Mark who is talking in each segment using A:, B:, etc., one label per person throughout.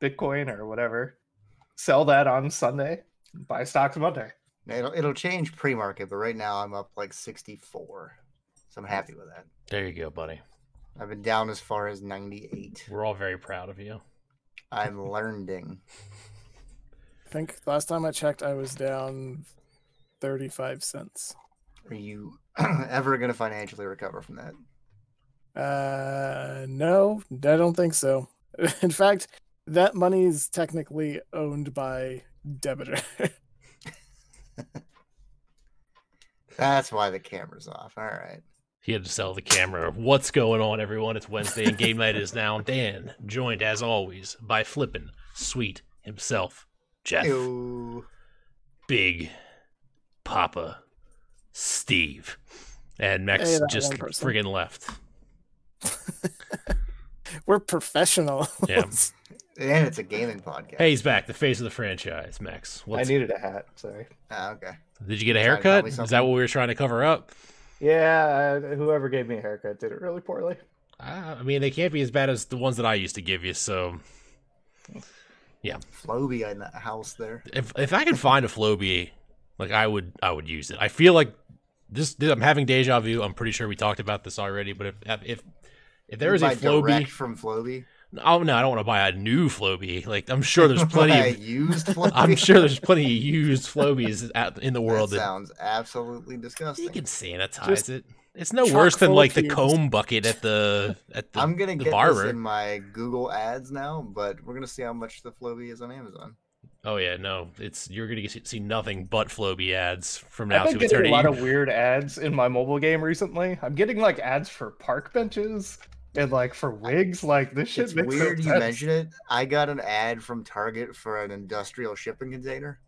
A: Bitcoin or whatever, sell that on Sunday, buy stocks Monday.
B: It'll it'll change pre market, but right now I'm up like sixty four, so I'm happy with that.
C: There you go, buddy.
B: I've been down as far as ninety eight.
C: We're all very proud of you.
B: I'm learning.
D: I think last time I checked, I was down 35 cents.
B: Are you ever going to financially recover from that?
D: Uh, no, I don't think so. In fact, that money is technically owned by debitor.
B: That's why the camera's off. All right.
C: He had to sell the camera. What's going on, everyone? It's Wednesday and game night is now. Dan, joined as always by Flippin' Sweet himself, Jeff,
B: Ew.
C: Big Papa, Steve, and Max
D: Hey, that
C: just
D: one person.
C: friggin' left.
D: We're professional.
C: Yeah.
B: And it's a gaming podcast.
C: Hey, he's back. The face of the franchise, Max. What's,
A: I needed a hat. Sorry.
B: Ah, okay.
C: did you get a
B: Trying to tell
C: haircut?
B: me
C: Is
B: something.
C: that what we were trying to cover up?
A: Yeah, I, whoever gave me a haircut did it really poorly.
C: Uh, I mean, they can't be as bad as the ones that I used to give you. So
B: Floby in the house there.
C: if if I can find a Flowbee, like I would, I would use it. I feel like this. I'm having deja vu. I'm pretty sure we talked about this already. But if if if there
B: You
C: is a
B: buy direct
C: Flowbee,
B: from Floby.
C: oh no, I don't want to buy a new Flowbee. Like I'm sure there's plenty.
B: I
C: of,
B: used Floby.
C: I'm sure there's plenty of used Flowbees out in the world
B: that
C: that,
B: sounds absolutely
C: you
B: disgusting.
C: can sanitize
D: Just
C: it. It's no
D: chock
C: worse than
D: full of
C: like the
D: cubes.
C: comb bucket at the at the,
B: I'm gonna
C: the
B: get
C: barber.
B: this in my Google ads now, but we're gonna see how much the Floby is on Amazon.
C: Oh yeah, no, it's you're gonna see- see nothing but Flowbee ads from now
A: I've been
C: to
A: getting
C: eternity.
A: a lot of weird ads in my mobile game recently. I'm getting like ads for park benches and like for wigs. Like this shit
B: It's
A: makes no
B: weird you
A: sense.
B: mention it. I got an ad from Target for an industrial shipping container.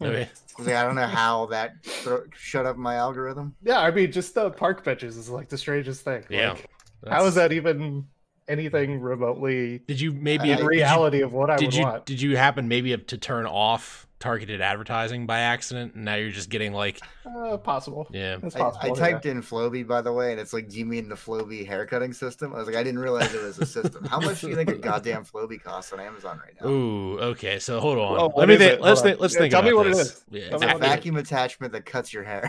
C: Okay.
B: I was like, I don't know how that thro- shut up my algorithm.
A: Yeah, I mean, just the park benches is like the strangest thing.
C: Yeah,
A: Like,
C: That's-
A: how is that even anything remotely
C: Did you
B: Uh,
C: maybe did
A: in
C: you-
A: reality of what I
C: Did
A: would
C: you
A: want?
C: did you happen maybe to turn off targeted advertising by accident? And now you're just getting like
A: Uh, possible.
C: yeah.
A: That's
B: I,
A: possible.
B: I
A: yeah.
B: typed in Floby, by the way, and it's like, do you mean the Floby haircutting system? I was like, I didn't realize it was a system. How much do you think a goddamn Floby costs on Amazon right now?
C: Ooh, okay. So hold on.
A: Oh,
C: Let
A: what
C: me
A: is
C: think.
A: it?
C: Let's
A: Hold
C: think.
A: on.
C: Let's
A: Yeah,
C: think
A: tell
C: about
A: me what it
C: this.
A: is.
C: Yeah,
A: Tell
B: It's
A: me
B: a
A: what it is.
C: vacuum.
B: vacuum attachment that cuts your hair.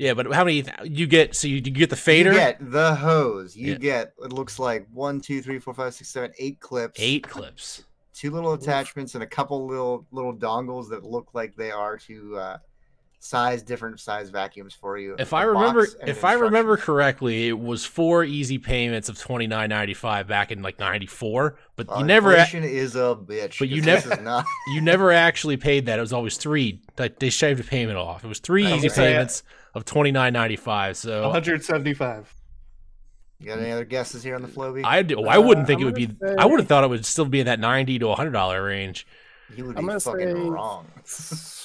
C: yeah, but how many you get? So you, you get the fader,
B: You get the hose. You
C: Yeah.
B: get it looks like one, two, three, four, five, six, seven, eight clips.
C: eight clips.
B: Two little attachments and a couple little little dongles that look like they are to uh, size different size vacuums for you.
C: If
B: a
C: I remember,
B: box and
C: if
B: an
C: I remember
B: instruction.
C: correctly, it was four easy payments of twenty nine ninety five back in like ninety four. But
B: Well,
C: you never, a-
B: inflation is a bitch.
C: but you
B: 'cause this
C: never-
B: is not.
C: you never actually paid that. It was always three. Like they shaved a payment off. It was three
B: I'm
C: easy
B: gonna say-
C: payments of twenty nine ninety five. So
A: 175.
B: You got any other guesses here on the Floby?
C: I do, I wouldn't think it
D: I'm
C: would be.
D: gonna
C: I would have
D: say-
C: thought it would still be in that ninety to hundred dollar range.
B: You would
D: I'm
B: be
D: gonna
B: fucking
D: say-
B: wrong.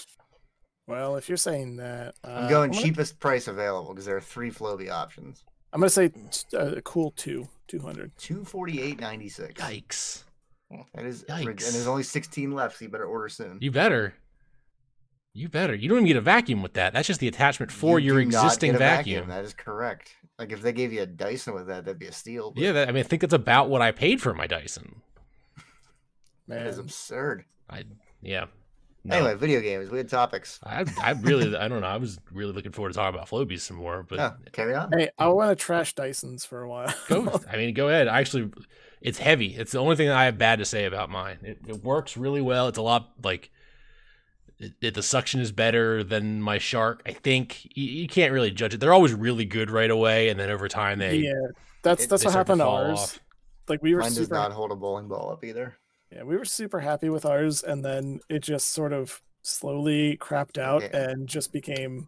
D: well, if you're saying that, uh,
B: I'm going
D: gonna-
B: cheapest price available because there are three Floby options.
D: I'm gonna say t- uh, a cool two, two hundred.
B: Two forty eight ninety six.
C: Yikes!
B: That is, rid- and
C: Yikes.
B: there's only sixteen left, so you better order soon.
C: You better. You better. You don't even get a vacuum with that. That's just the attachment for
B: You
C: your
B: do not
C: existing
B: get a
C: vacuum.
B: That is correct. Like if they gave you a Dyson with that, that'd be a steal. but
C: Yeah, that, I mean, I think that's about what I paid for my Dyson.
B: that is
D: Man,
B: absurd.
C: I yeah. No.
B: Anyway, video games, we had topics.
C: I, I really I don't know. I was really looking forward to talking about Flobies some more, but
B: Yeah, carry on.
D: hey, I want to trash Dysons for a while.
C: go. I mean, go ahead. I actually, it's heavy. It's the only thing I have bad to say about mine. It, it works really well. It's a lot like it, it- the suction is better than my shark. I think you, you can't really judge it. They're always really good right away, and then over time they
D: yeah, that's
B: It-
D: that's
C: they start
D: what
C: to
D: happened to
C: fall
D: ours.
C: off.
D: Like we were
B: Mine does
D: super
B: not hold a bowling ball up either.
D: Yeah, we were super happy with ours, and then it just sort of slowly crapped out
B: Yeah.
D: and just became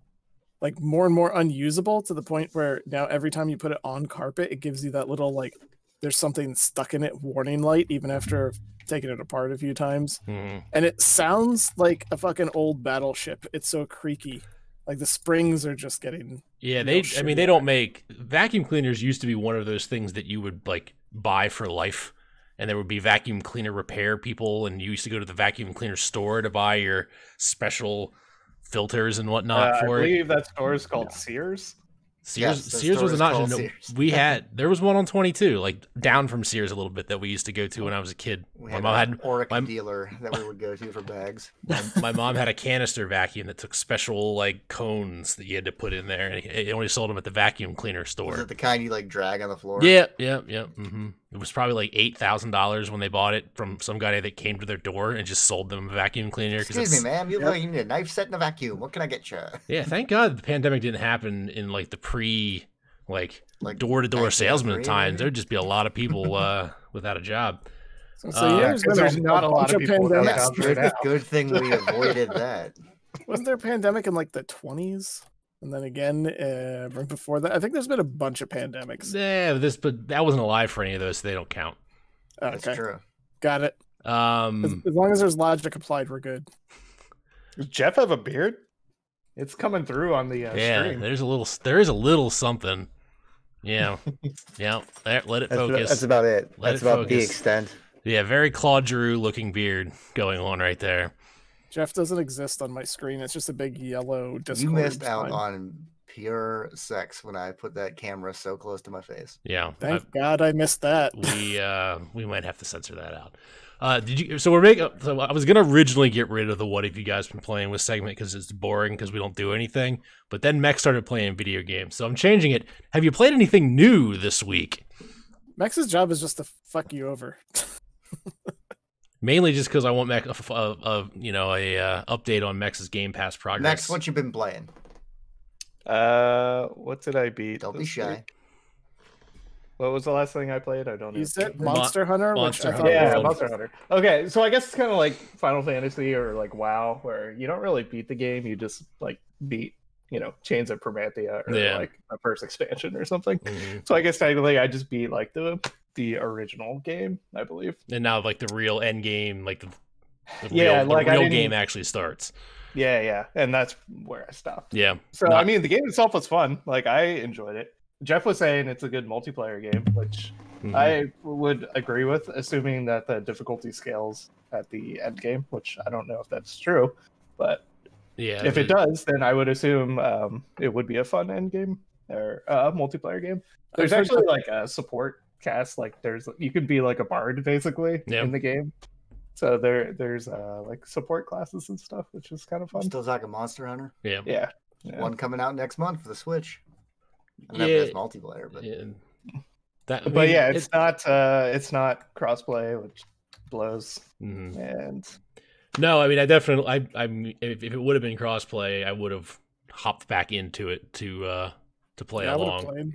D: like more and more unusable to the point where now every time you put it on carpet, it gives you that little like there's something stuck in it warning light, even after taking it apart a few times.
C: Mhm.
D: And it sounds like a fucking old battleship. It's so creaky. Like the springs are just getting
C: Yeah,
D: No
C: they. I
D: shit,
C: mean, they
D: yeah.
C: don't make vacuum cleaners. Used to be one of those things that you would like buy for life, and there would be vacuum cleaner repair people, and you used to go to the vacuum cleaner store to buy your special filters and whatnot
A: Uh, I
C: for it.
A: believe that store is called Sears.
C: Sears,
B: Yes, the
C: Sears
B: store
C: was an
B: is
C: option.
B: called
C: No,
B: Sears.
C: we had there was one on twenty two, like down from Sears a little bit that we used to go to when I was a kid.
B: We
C: my
B: had
C: mom
B: an
C: had
B: Oric
C: my-
B: dealer that we would go to for bags.
C: my, my mom had a canister vacuum that took special like cones that you had to put in there, and it, it only sold them at the vacuum cleaner
B: Was
C: store.
B: it the kind you like drag on the floor?
C: Yep, yep, yep. hmm It was probably like eight thousand dollars when they bought it from some guy that came to their door and just sold them a vacuum cleaner. 'cause
B: Excuse
C: it's-
B: me, ma'am. You
D: Yep.
B: you need a knife set in a vacuum. What can I get you?
C: Yeah, thank God the pandemic didn't happen in like the pre like
B: Like
C: door to door
B: 1903
C: salesman
B: maybe?
C: times. There'd just be a lot of people uh, without a job.
D: So,
C: Uh,
D: yeah,
C: Yeah,
D: there's
A: 'cause
D: been
A: there's not a lot
D: bunch
A: of people that
D: pandemics.
B: Yeah,
A: out there
B: good,
A: now.
B: good thing we avoided that.
D: Wasn't there a pandemic in like the 20s? And then again, uh, right before that, I think there's been a bunch of pandemics.
C: Yeah, but this but that wasn't alive for any of those, so they don't count.
B: That's
D: Okay,
B: true.
D: got it. As,
B: Hmm.
C: Um,
D: as long as there's logic applied, we're good.
A: Does Jeff have a beard? It's coming through on the uh,
C: yeah,
A: stream.
C: there's a little there is a little something. Yeah, yeah. There, let it
B: That's, about-
C: focus.
B: that's about it.
C: Let
B: that's
C: it
B: about the
C: focus.
B: extent.
C: yeah, very Claude Giroux looking beard going on right there.
D: Jeff doesn't exist on my screen. It's just a big yellow Discord.
B: you missed out
D: sign.
B: on pure sex when I put that camera so close to my face.
C: Yeah, I-
D: Thank God I missed that.
C: we uh we might have to censor that out. Uh, did you? So we're making. So I was gonna originally get rid of the "What have you guys been playing?" with segment because it's boring because we don't do anything. But then Mech started playing video games, so I'm changing it. Have you played anything new this week?
D: Max's job is just to fuck you over.
C: Mainly just because I want Mech a, a, a you know a uh, update on Mech's Game Pass progress.
B: Next, what you been playing?
A: Uh, what did I beat?
B: Don't be
A: this
B: shy.
A: week? What was the last thing I played? I don't know.
D: You said
C: Mon-
D: Monster Hunter,
C: Monster
D: which I
C: Hunter.
D: thought
A: yeah,
D: was-
A: Monster Hunter. Okay, so I guess it's kind of like Final Fantasy or like WoW, where you don't really beat the game; you just like beat, you know, Chains of Prometheia or
C: Yeah.
A: like the first expansion or something.
C: Mhm.
A: So I guess technically, I just beat like the the original game, I believe.
C: And now like the real end game, like the, the
A: Yeah,
C: real, the
A: like, I
C: real
A: didn't-
C: game actually starts.
A: Yeah, yeah, and that's where I stopped.
C: Yeah,
A: So
C: Not-
A: I mean, the game itself was fun. Like I enjoyed it. Jeff was saying it's a good multiplayer game, which
C: Mhm.
A: I would agree with, assuming that the difficulty scales at the end game, which I don't know if that's true, but
C: yeah.
A: if it
C: the-
A: does, then I would assume um, it would be a fun end game or uh, multiplayer game.
D: I've
A: There's
D: heard
A: actually
D: that-
A: like a support cast. Like there's you can be like a bard basically
C: Yeah.
A: in the game. So there there's uh, like support classes and stuff, which is kind of fun.
B: Still talking Monster Hunter.
C: yeah.
A: Yeah. Yeah.
B: One coming out next month for the Switch. I don't know if
C: Yeah.
B: it's multiplayer, but
C: Yeah. That, I
A: but
C: mean,
A: yeah, it's not uh, it's not crossplay, which blows.
C: mhm.
A: And
C: No, I mean, I definitely, I, I'm, if, if it would have been crossplay, I would have hopped back into it to, uh, to play
D: yeah, I would've
C: along.
D: played.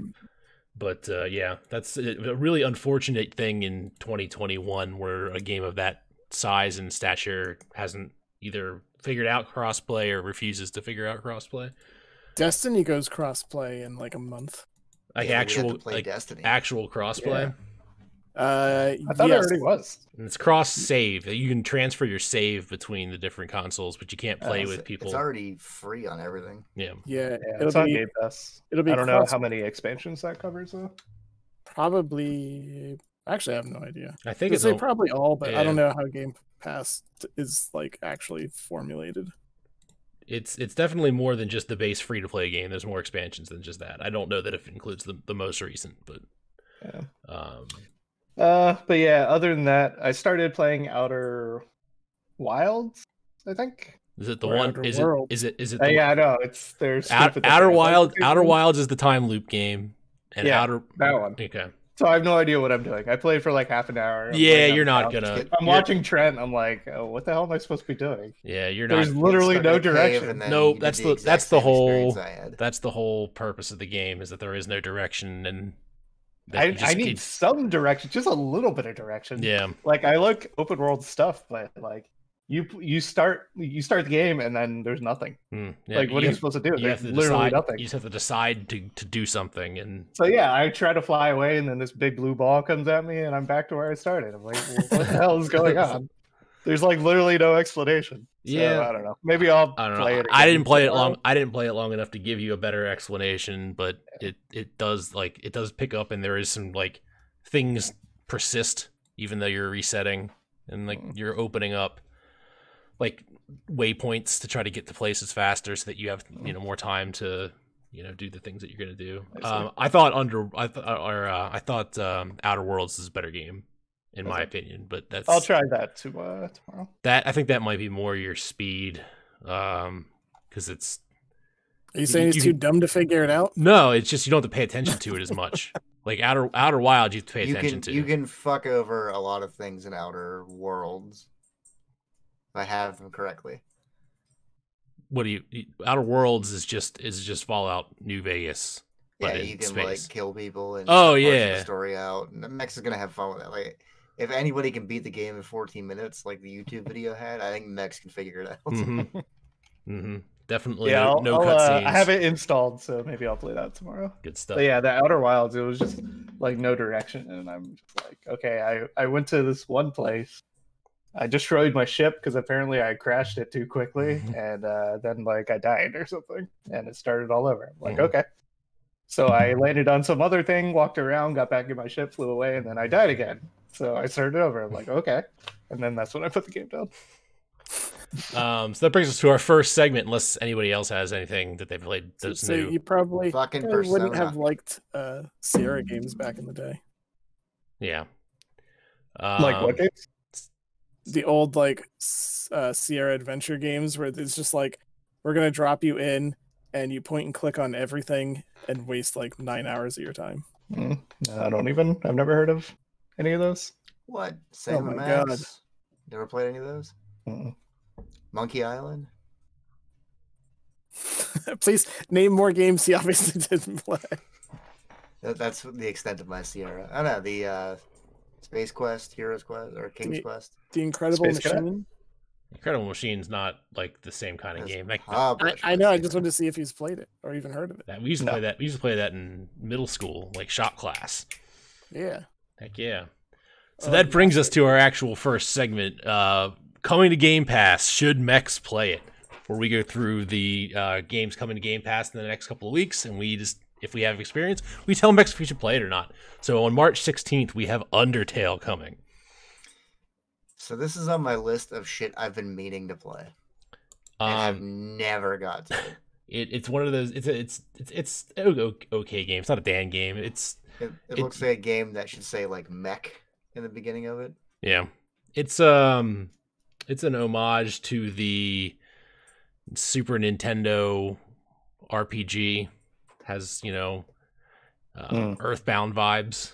C: But uh, yeah, that's a a really unfortunate thing in 2021 where a game of that size and stature hasn't either figured out crossplay or refuses to figure out crossplay.
D: Destiny goes crossplay in like a month.
C: Like
B: yeah, we'd have to
C: actual,
B: play
C: like
B: Destiny.
C: actual crossplay.
A: Yeah.
D: Uh,
A: I thought
D: yes.
A: it already was.
C: And it's cross save. You can transfer your save between the different consoles, but you can't play
A: Oh,
C: with
B: Uh, It's-
C: people.
B: It's already free on everything.
C: yeah.
D: Yeah,
A: Yeah, it's
D: it'll
A: on
D: be
A: Game Pass.
D: it'll be
A: I don't know
D: cross-
A: how many expansions that covers though.
D: probably. Actually, I have no idea.
C: I
D: I
C: think
D: think
C: it's
D: say
C: a-
D: probably all, but
C: yeah.
D: I don't know how Game Pass t- is like actually formulated.
C: it's it's definitely more than just the base free to play game. There's more expansions than just that. I don't know that if it includes the, the most recent, but
A: Yeah.
C: um,
A: Uh, but yeah, other than that, I started playing Outer Wilds. I think.
C: is it the
D: Or
C: one?
D: Outer
C: Is
D: Worlds.
C: it is it is it
A: Uh,
C: the
A: yeah, I know it's there's
C: Out- Outer Wild? Outer Wilds is the time loop game, and
A: Yeah,
C: Outer
A: that one.
C: Okay,
A: So I have no idea what I'm doing. I played for like half an hour. I'm
C: yeah,
A: laying on
C: you're
A: the
C: not
A: couch.
C: gonna.
B: Get-
A: I'm
C: you're-
A: watching Trent. I'm like, oh, what the hell am I supposed to be doing?
C: Yeah, you're not.
A: There's literally
B: Stuck
A: no
B: in a cave,
A: direction.
B: and then
C: No,
B: you did
C: that's the-
B: exact
C: that's the
B: same experience
C: whole-
B: I had.
C: That's the whole purpose of the game is that there is no direction and. that
A: I,
C: you just
A: I need
C: get-
A: some direction, just a little bit of direction.
C: yeah,
A: Like I like open world stuff, but like you you start you start the game and then there's nothing.
C: mm, yeah,
A: like what are
C: you
A: you supposed to do?
C: have- you have
A: There's
C: to
A: literally
C: decide.
A: nothing.
C: You just have to decide to, to do something, and
A: So yeah, I try to fly away, and then this big blue ball comes at me, and I'm back to where I started. I'm like, "Well, what the hell is going on? There's like literally no explanation. So,
C: Yeah.
A: I don't know. Maybe I'll
C: I don't
A: play
C: know.
A: it.
C: I didn't
A: again
C: play it
A: tomorrow.
C: long. I didn't play it long enough to give you a better explanation, but it it does like it does pick up, and there is some like things persist even though you're resetting and like
A: Mm.
C: you're opening up like waypoints to try to get to places faster so that you have you know more time to you know do the things that you're gonna do.
A: Mm. I see.
C: Um, I thought under I th- or uh, I thought um, Outer Worlds is a better game in
A: Okay.
C: my opinion, but that's
A: I'll try that to, uh, tomorrow.
C: that I think that might be more your speed um because it's
D: Are you saying he's
C: You-
D: too dumb to figure it out?
C: no, it's just you don't have to pay attention to it as much. like Outer Outer Wild, you have to pay
B: you
C: attention
B: can
C: to.
B: you can fuck over a lot of things in Outer Worlds. If I have them correctly.
C: what do you Outer Worlds is just is just Fallout New Vegas.
B: Yeah,
C: But in
B: you can
C: space.
B: like kill people and
C: Oh,
B: parts of
C: yeah.
B: the story out. And Max is gonna have fun with that. Like, if anybody can beat the game in 14 minutes, like the YouTube video had, I think Max can figure it out.
C: hmm hmm Definitely
A: yeah,
C: no,
A: I'll,
C: no
A: I'll, uh,
C: cutscenes.
A: I have it installed, so maybe I'll play that tomorrow.
C: Good stuff.
A: But yeah, the Outer Wilds, it was just like no direction, and I'm just like, okay, I I went to this one place. I destroyed my ship because apparently I crashed it too quickly, and uh, then like I died or something, and it started all over. I'm like,
C: Mhm.
A: okay. So I landed on some other thing, walked around, got back in my ship, flew away, and then I died again. So I started over. I'm like, okay, and then that's when I put the game down.
C: Um, so that brings us to our first segment, unless anybody else has anything that they've played
D: So,
C: that's
D: so
C: new.
D: you probably,
B: Fucking
D: probably wouldn't
B: persona.
D: have liked uh, Sierra games back in the day.
C: Yeah. Um,
A: like what games?
D: The old like s- uh, Sierra adventure games where it's just like we're gonna drop you in and you point and click on everything and waste like nine hours of your time.
A: Mm, I don't even. I've never heard of any of those.
B: What? Sam and
D: Oh my God.
B: Max? Never played any of those?
A: Mm.
B: Monkey Island?
D: Please name more games he obviously didn't play.
B: That, that's the extent of my Sierra. I know the uh, Space Quest, Heroes Quest, or King's
D: you-
B: Quest.
D: The Incredible
A: Space Cadet?
D: Machine.
C: Incredible Machine's not like the same kind of
B: That's
C: game. Like
D: I,
B: published
D: I
B: by
D: know. I
B: Sierra.
D: just wanted to see if he's played it or even heard of it.
C: that we used to
A: No.
C: play that. We used to play that in middle school, like shop class.
D: Yeah.
C: Heck yeah. So
D: Oh,
C: that brings us to our actual first segment. Uh, coming to Game Pass, should Mechs play it? Where we go through the uh, games coming to Game Pass in the next couple of weeks, and we just, if we have experience, we tell Mex if we should play it or not. So on March 16th, we have Undertale coming.
B: So this is on my list of shit I've been meaning to play. and I've
C: Um,
B: never got to it.
C: it, it's one of those. It's a, it's it's it's a o- okay game. It's not a Dan game. It's
B: It, it
C: It-
B: looks like a game that should say like mech in the beginning of it.
C: Yeah. It's um it's an homage to the Super Nintendo RPG. Has, you know, uh,
A: Hmm.
C: Earthbound vibes.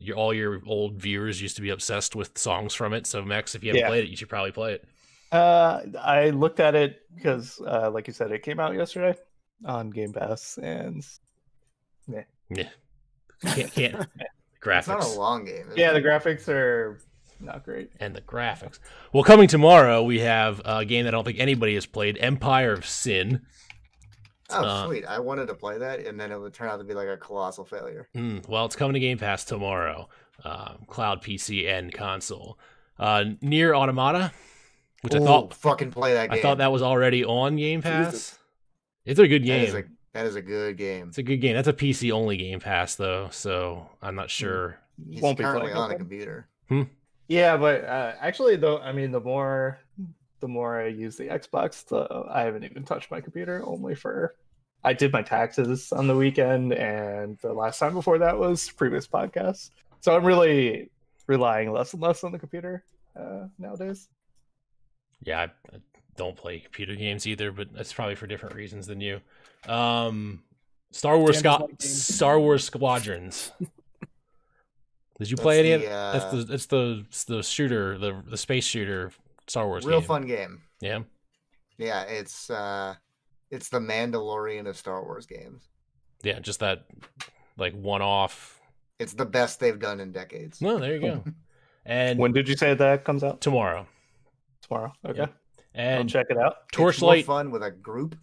C: Your all your old viewers used to be obsessed with songs from it. So Max, if you haven't
A: Yeah.
C: played it, you should probably play it.
A: Uh, I looked at it because, uh, like you said, it came out yesterday on Game Pass, and
C: Yeah. Can't can't
B: It's not a
C: graphics.
B: long game. is
A: yeah,
B: it?
A: the graphics are not great.
C: and the graphics. Well, coming tomorrow, we have a game that I don't think anybody has played, Empire of Sin.
B: Oh
C: uh,
B: sweet! I wanted to play that, and then it would turn out to be like a colossal failure.
C: Mm, well, it's coming to Game Pass tomorrow, um, cloud PC and console. Uh, Near Automata, which I
B: Ooh,
C: thought
B: fucking play that game.
C: I thought that was already on Game Pass.
D: Jesus.
C: It's a good
B: That
C: game.
B: is a that is a good game.
C: It's a good game. That's a PC only Game Pass though, so I'm
B: Hmm.
C: not sure.
B: He's
A: Won't be
B: currently
A: playing.
B: on a
A: it.
B: computer.
A: Yeah, but uh, actually, though, I mean, the more the more I use the Xbox, the I haven't even touched my computer. Only for I did my taxes on the weekend, and the last time before that was previous podcast. So I'm really relying less and less on the computer uh, nowadays.
C: Yeah, I, I don't play computer games either, but that's probably for different reasons than you. Um, Star Wars
D: Dan's
C: Squa-
D: like games.
C: Star Wars Squadrons. Did you play
B: That's
C: any?
B: the,
C: of that's
B: uh,
C: the it's the it's the shooter the the space shooter Star Wars
B: Real
C: game.
B: fun game.
C: Yeah.
B: Yeah, it's uh, it's the Mandalorian of Star Wars games.
C: Yeah, just that like one off.
B: It's the best they've done in decades.
C: No, there you go. And
A: When did you say that comes out?
C: tomorrow.
A: Tomorrow. Okay,
C: Yeah.
A: I'll
C: And
A: check it out.
C: Torchlight
B: It's more fun with a group,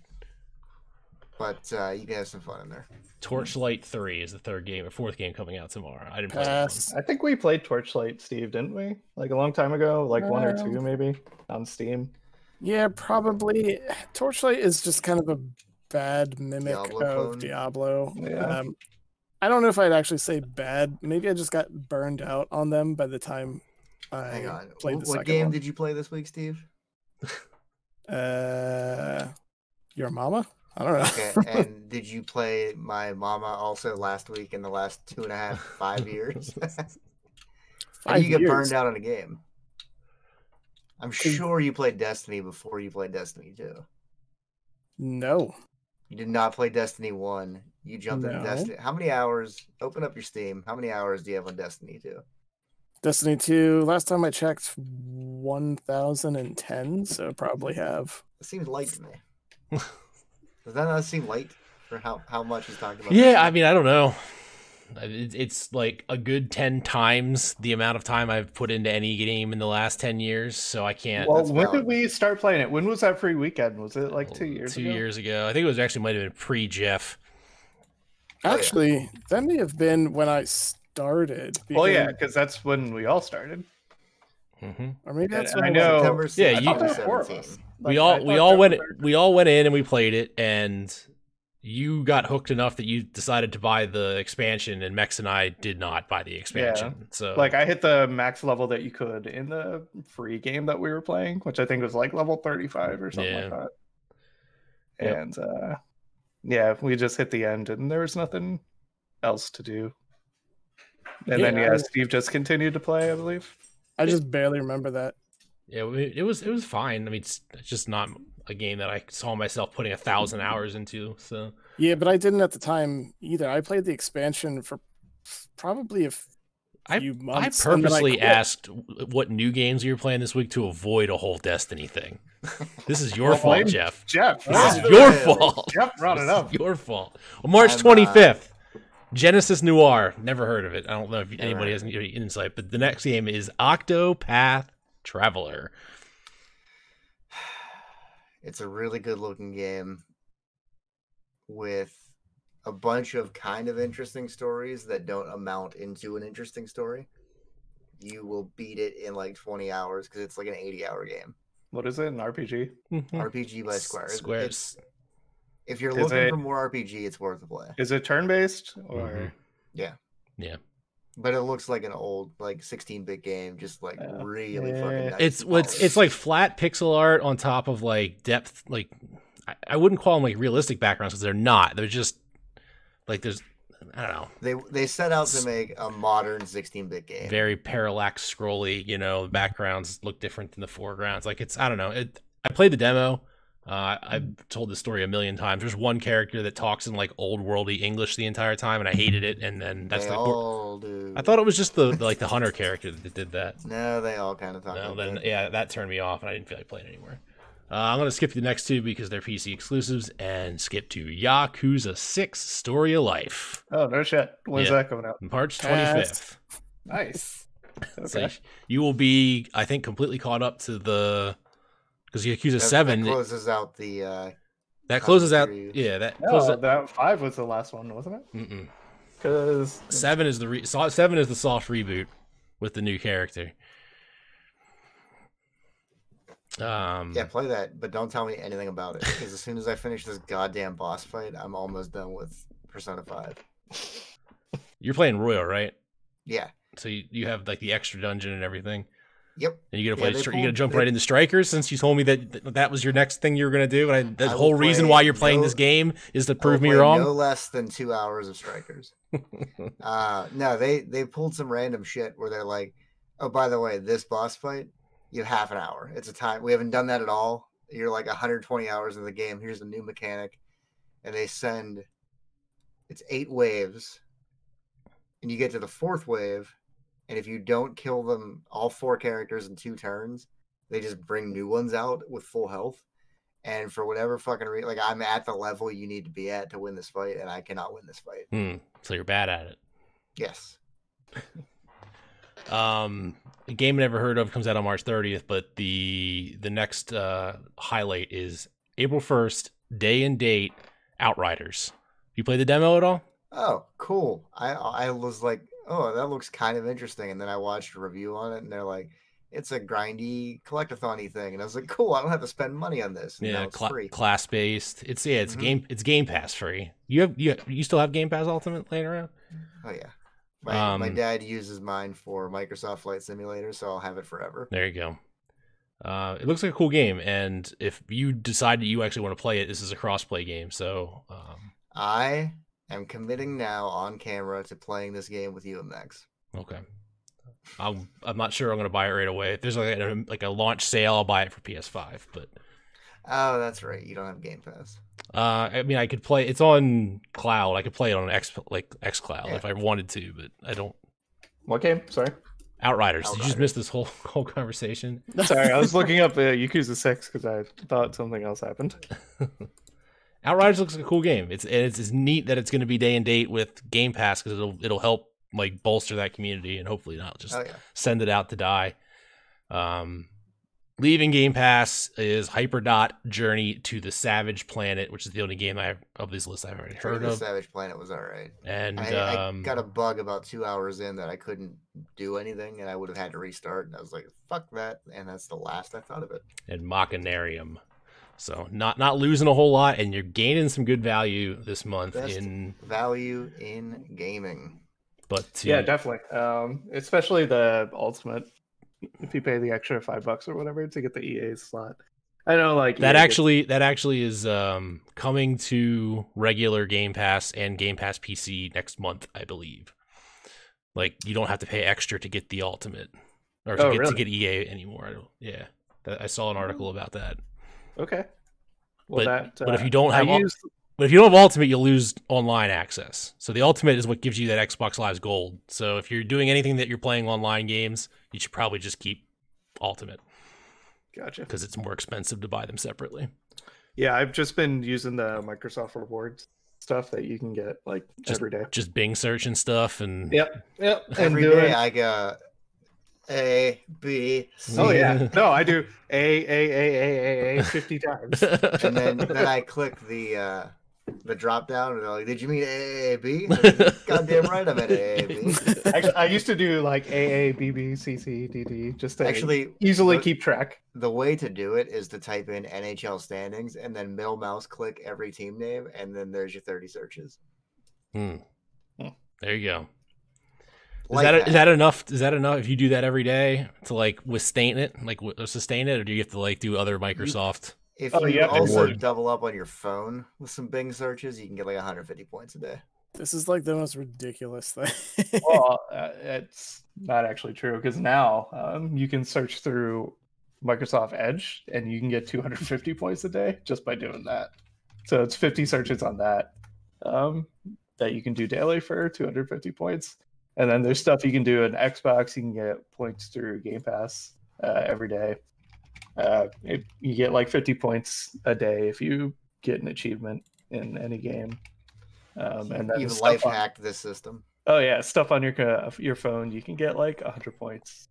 B: but uh, you can have some fun in there.
C: Torchlight 3 is the third game or fourth game coming out tomorrow. I didn't play that one.
D: Oh, Pass.
A: I think we played Torchlight, Steve, didn't we? Like a long time ago, like one or
D: Um,
A: two maybe on Steam.
D: Yeah, probably. Torchlight is just kind of a bad mimic
B: Diablo
D: of
B: clone.
D: Diablo.
A: Yeah.
D: Um, I don't know if I'd actually say bad. Maybe I just got burned out on them by the time I
B: Hang on.
D: played
B: Wh-
D: the
B: what
D: second
B: game
D: one.
B: did you play this week, Steve?
D: Uh, Your Mama? I don't know.
B: Okay. and did you play my mama also last week in the last two and a half, five years? How do
D: Five
B: you get
D: years.
B: burned out on a game? I'm
D: Cause-
B: sure you played Destiny before you played Destiny 2.
D: No.
B: You did not play Destiny 1. You jumped into
D: No.
B: Destiny. How many hours? Open up your Steam. How many hours do you have on Destiny 2?
D: Destiny 2, last time I checked, 1,010. So probably have.
B: It seems light to me. Does that not seem light for how, how much he's talking about?
C: Yeah,
B: Destiny?
C: I mean, I don't know. I- it- It's like a good ten times the amount of time I've put into any game in the last ten years, so I can't.
A: well,
B: that's
A: when
B: valid.
A: did we start playing it? When was that free weekend? Was it like two years?
C: Oh, Two
A: ago?
C: years ago, I think it was actually might have been pre Jeff.
B: Oh, yeah.
D: Actually, that may have been when I started.
A: Well, Oh, yeah,
D: because-
A: because that's when we all started.
C: hmm
D: Or maybe
A: And
D: that's
A: I
D: when was-
A: know.
B: September
C: Yeah,
B: 16th,
C: you-
A: I thought there were four of
B: 17th.
A: us.
C: we
A: Like, I
C: all we
A: thought
C: all
A: there
C: went
A: were-
C: we all went in and we played it, and you got hooked enough that you decided to buy the expansion, and Mex and I did not buy the expansion. So
A: Like I hit the max level that you could in the free game that we were playing, which I think was like level 35 or something
C: Yeah.
A: like that.
C: Yep.
A: And uh yeah, we just hit the end and there was nothing else to do. And then
D: Yeah.
A: yeah, Steve just continued to play, I believe.
D: I just barely remember that.
C: Yeah, we- it was it was fine. I mean, it's it's just not a game that I saw myself putting a thousand hours into. So
D: Yeah, but I didn't at the time either. I played the expansion for probably a few
C: I-
D: months.
C: I
D: and then
C: purposely
D: quit.
C: asked w- what new games you were playing this week to avoid a whole Destiny thing. This is your
A: Well,
C: fault,
A: blame-
C: Jeff.
A: Jeff,
C: This
A: wow.
B: Ah.
C: is your
B: Really?
C: fault.
A: Jeff brought
C: This
A: it
C: is
A: up.
C: Your fault. Well, March
B: I'm, uh,
C: twenty fifth. Genesis Noir. Never heard of it. I don't know if anybody
B: heard
C: has any insight, but the next game is Octopath Traveler.
B: It's a really good looking game with a bunch of kind of interesting stories that don't amount into an interesting story. You will beat it in like 20 hours because it's like an 80 hour game.
A: What is it? An RPG?
C: Mhm.
B: RPG by Square. It's- it's-
C: Squares.
B: If you're
A: Is
B: looking
A: it-
B: for more RPG, it's worth a play.
A: Is it turn based? Or
C: Mhm.
B: But it looks like an old, like 16 bit game, just like
A: Yeah.
B: really
A: Yeah.
B: fucking nice.
C: it's
B: and
C: what's
B: polished.
C: it's like flat pixel art on top of like depth like i, I wouldn't call them like realistic backgrounds because they're not they're just like there's i don't know
B: They, they set out
C: s-
B: to make a modern 16 bit game.
C: very parallax scrolly you know the backgrounds look different than the foregrounds like it's i don't know it i played the demo uh,
B: Mm.
C: I've told this story a million times. There's one character that talks in like old worldy English the entire time, and I hated it. And then that's
B: they
C: the
B: all do.
C: I thought it was just the like the hunter character that did that.
B: No, they all kind of talk.
C: No,
B: like
C: then
B: that.
C: yeah, that turned me off, and I didn't feel like playing anymore. Uh, I'm gonna skip the next two because they're PC exclusives, and skip to Yakuza Six: Story of Life,
A: Oh no shit. When's
C: Yeah.
A: that coming out?
C: March
D: Pass.
C: 25th.
A: Nice.
C: So
A: Okay.
C: you- you will be, I think, completely caught up to the because Yakuza
B: That- that
C: Seven that,
B: closes out the uh,
C: closes out.
B: Series.
C: Yeah, that closes.
A: No,
C: out-
A: that five was the last one, wasn't it?
C: Mm-mm.
A: Because
C: Seven is the re- so- Seven is the soft reboot with the new character. Um,
A: Hmm.
B: yeah play that but don't tell me anything about it because as soon as i finish this goddamn boss fight i'm almost done with persona 5
C: you're playing Royal, right?
B: yeah
C: So you, you have like the extra dungeon and everything.
B: yep
C: And you gonna
B: Yeah,
C: play?
B: they
C: stri- you gonna
B: pulled-
C: jump
B: they-
C: right into strikers since you told me that th- that was your next thing you were gonna do. And I, the
B: I will
C: whole reason why
B: play
C: you're playing
B: no-
C: this game is to
B: I will
C: prove me
B: play
C: wrong.
B: no less than two hours of strikers uh no they they pulled some random shit where they're like oh by the way this boss fight you have half an hour it's a time we haven't done that at all you're like 120 hours in the game here's a new mechanic and they send it's eight waves and you get to the fourth wave and if you don't kill them all four characters in two turns they just bring new ones out with full health and for whatever fucking reason like i'm at the level you need to be at to win this fight and i cannot win this fight
C: Hmm, so you're bad at it.
B: yes
C: Um, a game I never heard of comes out on March 30th, but the the next uh, highlight is April 1st, day and date, Outriders. You play the demo at all?
B: oh cool i i was like oh that looks kind of interesting and then i watched a review on it and they're like it's a grindy collectathon thing and i was like cool i don't have to spend money on this and now it's free
C: class based. It's yeah, it's
B: Mhm.
C: game it's Game Pass free. You have you you still have Game Pass Ultimate laying around?
B: oh yeah my, my
C: Um,
B: dad uses mine for microsoft flight simulator so i'll have it forever
C: There you go. Uh, it looks like a cool game, and if you decide that you actually want to play it, this is a crossplay game. So um,
B: I am committing now on camera to playing this game with you and Max.
C: okay, I'm I'm not sure I'm gonna buy it right away. If there's like a, like a launch sale, I'll buy it for PS5. But
B: Oh, that's right. You don't have Game Pass.
C: uh, I mean, I could play. It's on cloud. I could play it on X like X Cloud
B: Yeah.
C: if I wanted to, but I don't.
A: What game? Sorry.
C: Outriders. Did you just
B: Outriders.
C: miss this whole whole conversation?
A: Sorry, I was looking up uh, Yakuza 6 because I thought something else happened.
C: Outriders looks like a cool game. It's and it's, it's neat that it's going to be day and date with Game Pass because it'll it'll help like bolster that community and hopefully not just
B: Oh yeah.
C: send it out to die. Um, leaving Game Pass is Hyperdot Journey to the Savage Planet, which is the only game I of this list I've already
B: Journey
C: heard
B: to the
C: of.
B: Savage Planet was all right.
C: And
B: I, I
C: um,
B: got a bug about two hours in that I couldn't do anything, and I would have had to restart. And I was like, "Fuck that!" And that's the last I thought of it.
C: and Machinarium. So not not losing a whole lot, and you're gaining some good value this month
B: Best-
C: in
B: Value in gaming.
C: but to
A: Yeah, definitely. Um, especially the ultimate. If you pay the extra five bucks or whatever to get the EA slot, I know like
C: That
A: EA gets-
C: actually that actually is um coming to regular Game Pass and Game Pass PC next month, I believe. Like you don't have to pay extra to get the ultimate or to,
A: Oh,
C: get,
A: really?
C: to get EA anymore. I don't, yeah. That- I saw an article about that.
A: okay. Well, that uh,
C: but if you don't
A: I
C: have all-
A: used-
C: But if you don't have ultimate, you'll lose online access. So the ultimate is what gives you that Xbox Live's gold. So if you're doing anything that you're playing online games, you should probably just keep ultimate
A: gotcha.
C: because it's more expensive to buy them separately.
A: Yeah, I've just been using the Microsoft rewards stuff that you can get like every day.
C: Just Bing search and stuff and
A: Yep, yep. And
B: Every
A: doing-
B: day I go A B C,
A: Oh yeah, no, I do a a a a a a fifty times.
B: and then then I click the uh, the drop down, and they're like, "Did you mean A A B?" Goddamn right, I'm at A A B.
A: Actually, I used to do like a a b b c c d d just to
B: Actually,
A: easily
B: the-
A: keep track.
B: the way to do it is to type in NHL standings and then middle mouse click every team name, and then there's your 30 searches.
C: Hmm.
A: Hmm.
C: There you go. Is
B: Like
C: that, is that enough? Is that enough? If you do that every day to like withstand it, like w- sustain it, or do you have to like do other Microsoft?
B: If
A: Oh,
B: you
A: yeah.
B: also
C: Reward.
B: double up on your phone with some Bing searches, you can get like 150 points a day.
D: This is like the most ridiculous thing.
A: Well, uh, it's not actually true because now um, you can search through Microsoft Edge and you can get 250 points a day just by doing that. So it's 50 searches on that um, that you can do daily for 250 points. And then there's stuff you can do in Xbox. You can get points through Game Pass uh, every day. Uh, it, you get like 50 points a day if you get an achievement in any game. Um, and then
B: You've
A: stuff
B: life
A: on-
B: hacked this system.
A: Oh yeah, stuff on your co- your phone. You can get like 100 points,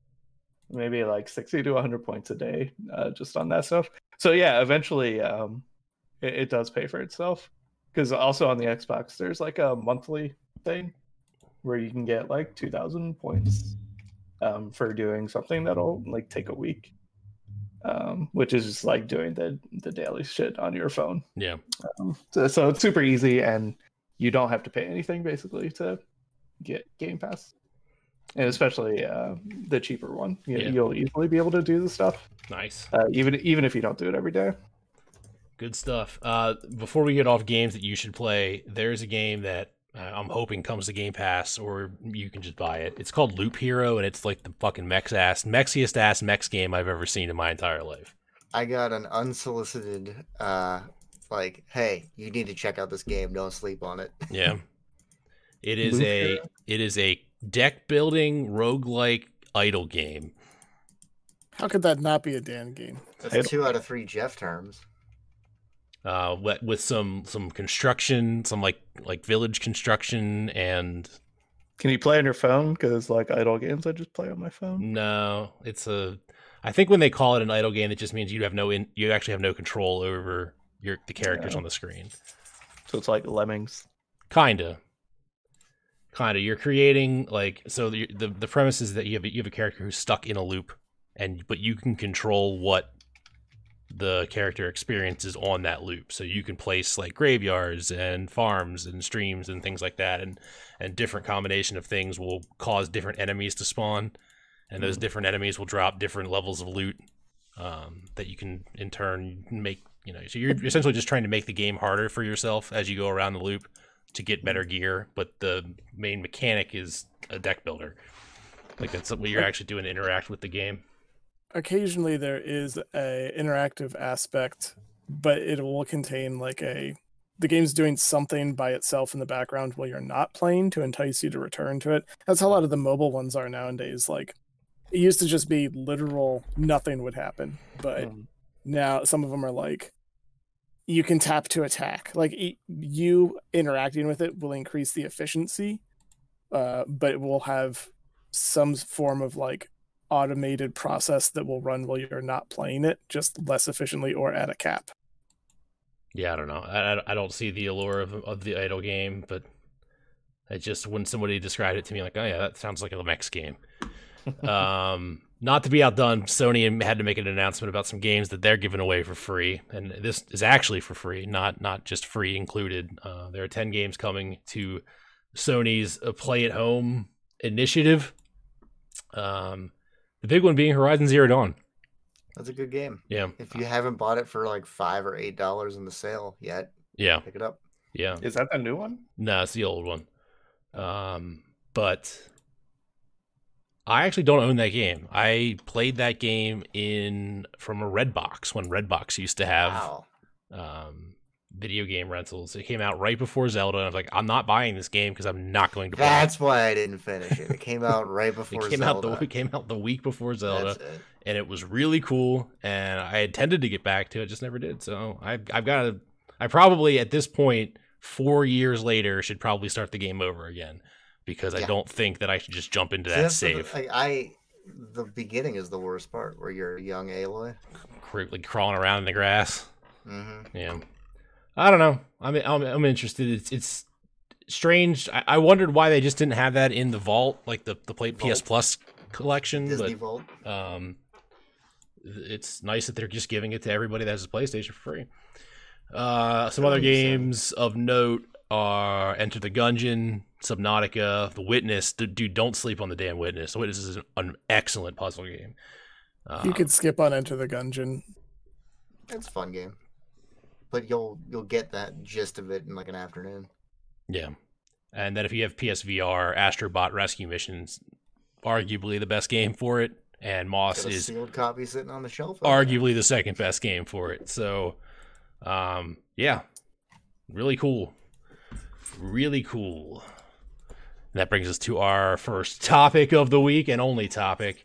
A: maybe like 60 to 100 points a day uh, just on that stuff. So yeah, eventually um, it, it does pay for itself. Because also on the Xbox, there's like a monthly thing where you can get like 2,000 points um, for doing something that'll like take a week, um, which is just like doing the the daily shit on your phone.
C: Yeah.
A: Um, so, so it's super easy, and you don't have to pay anything basically to get Game Pass, and especially uh, the cheaper one. You,
C: Yeah.
A: You'll easily be able to do the stuff,
C: Nice.
A: uh, even even if you don't do it every day.
C: Good stuff. Uh, before we get off games that you should play, there's a game that uh, I'm hoping comes to Game Pass, or you can just buy it. It's called Loop Hero, and it's like the fucking mex ass, mexiest ass mex game I've ever seen in my entire life.
B: I got an unsolicited, uh, like, hey, you need to check out this game. Don't sleep on it.
C: Yeah. It is
A: Loop
C: a it is a deck building roguelike idle game.
D: How could that not be a Dan game?
B: That's two out of three Jeff terms.
C: uh, with, with some some construction, some like like village construction, and
A: Can you play on your phone? Because like idle games, I just play on my phone.
C: no, it's a. I think when they call it an idle game, it just means you have no in, you actually have no control over your the characters
A: Yeah.
C: on the screen.
A: So it's like Lemmings.
C: Kinda, kinda. You're creating like so the the, the premise is that you have a, you have a character who's stuck in a loop, and but you can control what the character experiences on that loop. So you can place like graveyards and farms and streams and things like that, and and different combination of things will cause different enemies to spawn, and those different enemies will drop different levels of loot um, that you can in turn make you know so you're essentially just trying to make the game harder for yourself as you go around the loop to get better gear but the main mechanic is a deck builder like that's what you're actually doing to interact with the game
D: occasionally there is a interactive aspect but it will contain like a the game's doing something by itself in the background while you're not playing to entice you to return to it that's how a lot of the mobile ones are nowadays like it used to just be literal nothing would happen but
A: Um,
D: now some of them are like you can tap to attack like y- you interacting with it will increase the efficiency uh, but it will have some form of like automated process that will run while you're not playing it just less efficiently or at a cap
C: yeah i don't know i, I- I don't see the allure of, of the idle game but it just when somebody described it to me like oh yeah that sounds like a mex game um not to be outdone sony had to make an announcement about some games that they're giving away for free and this is actually for free not not just free included uh, there are 10 games coming to sony's uh, play at home initiative um the big one being horizon zero dawn
B: That's a good game.
C: yeah
B: If you haven't bought it for like five or eight dollars in the sale yet,
C: yeah
B: pick it up.
C: yeah
A: Is that the new one?
C: No, it's the old one. Um, but I actually don't own that game. I played that game in from a Red Box when Red Box used to have
B: Wow.
C: um, video game rentals. It came out right before Zelda, and I was like, I'm not buying this game because I'm not going to play.
B: That's why I didn't finish it. It came out right
C: it.
B: before
C: It came out
B: Zelda.
C: the it came out the week before Zelda,
B: That's it.
C: and it was really cool. And I intended to get back to it, just never did. So I've I've got to. I probably at this point, four years later, should probably start the game over again because I
B: Yeah.
C: don't think that I should just jump into
B: See,
C: that
B: that's the-
C: save,
B: like, I, the beginning is the worst part where you're a young Aloy.
C: cr- like crawling around in the grass.
B: hmm
C: Yeah, I don't know. I'm I'm, I'm interested. It's it's strange. I, I wondered why they just didn't have that in the vault, like the the play PS
B: Vault.
C: Plus collection.
B: Disney
C: but
B: Vault.
C: Um, it's nice that they're just giving it to everybody that has a PlayStation for free. Uh, some
B: That
C: other
B: makes sense.
C: games of note are Enter the Gungeon, Subnautica, The Witness. D- Dude, don't sleep on the damn Witness. The Witness is an, an excellent puzzle game.
D: you
C: Um,
D: could skip on enter the gungeon
B: It's a fun game, but you'll you'll get that gist of it in like an afternoon.
C: Yeah. And then if you have PSVR, Astrobot Rescue Missions, arguably the best game for it. And Moss
B: Got a
C: is
B: sealed copy sitting on the shelf.
A: uh,
B: over there.
C: arguably the second best game for it. So, um, yeah, really cool, really cool. And that brings us to our first topic of the week and only topic.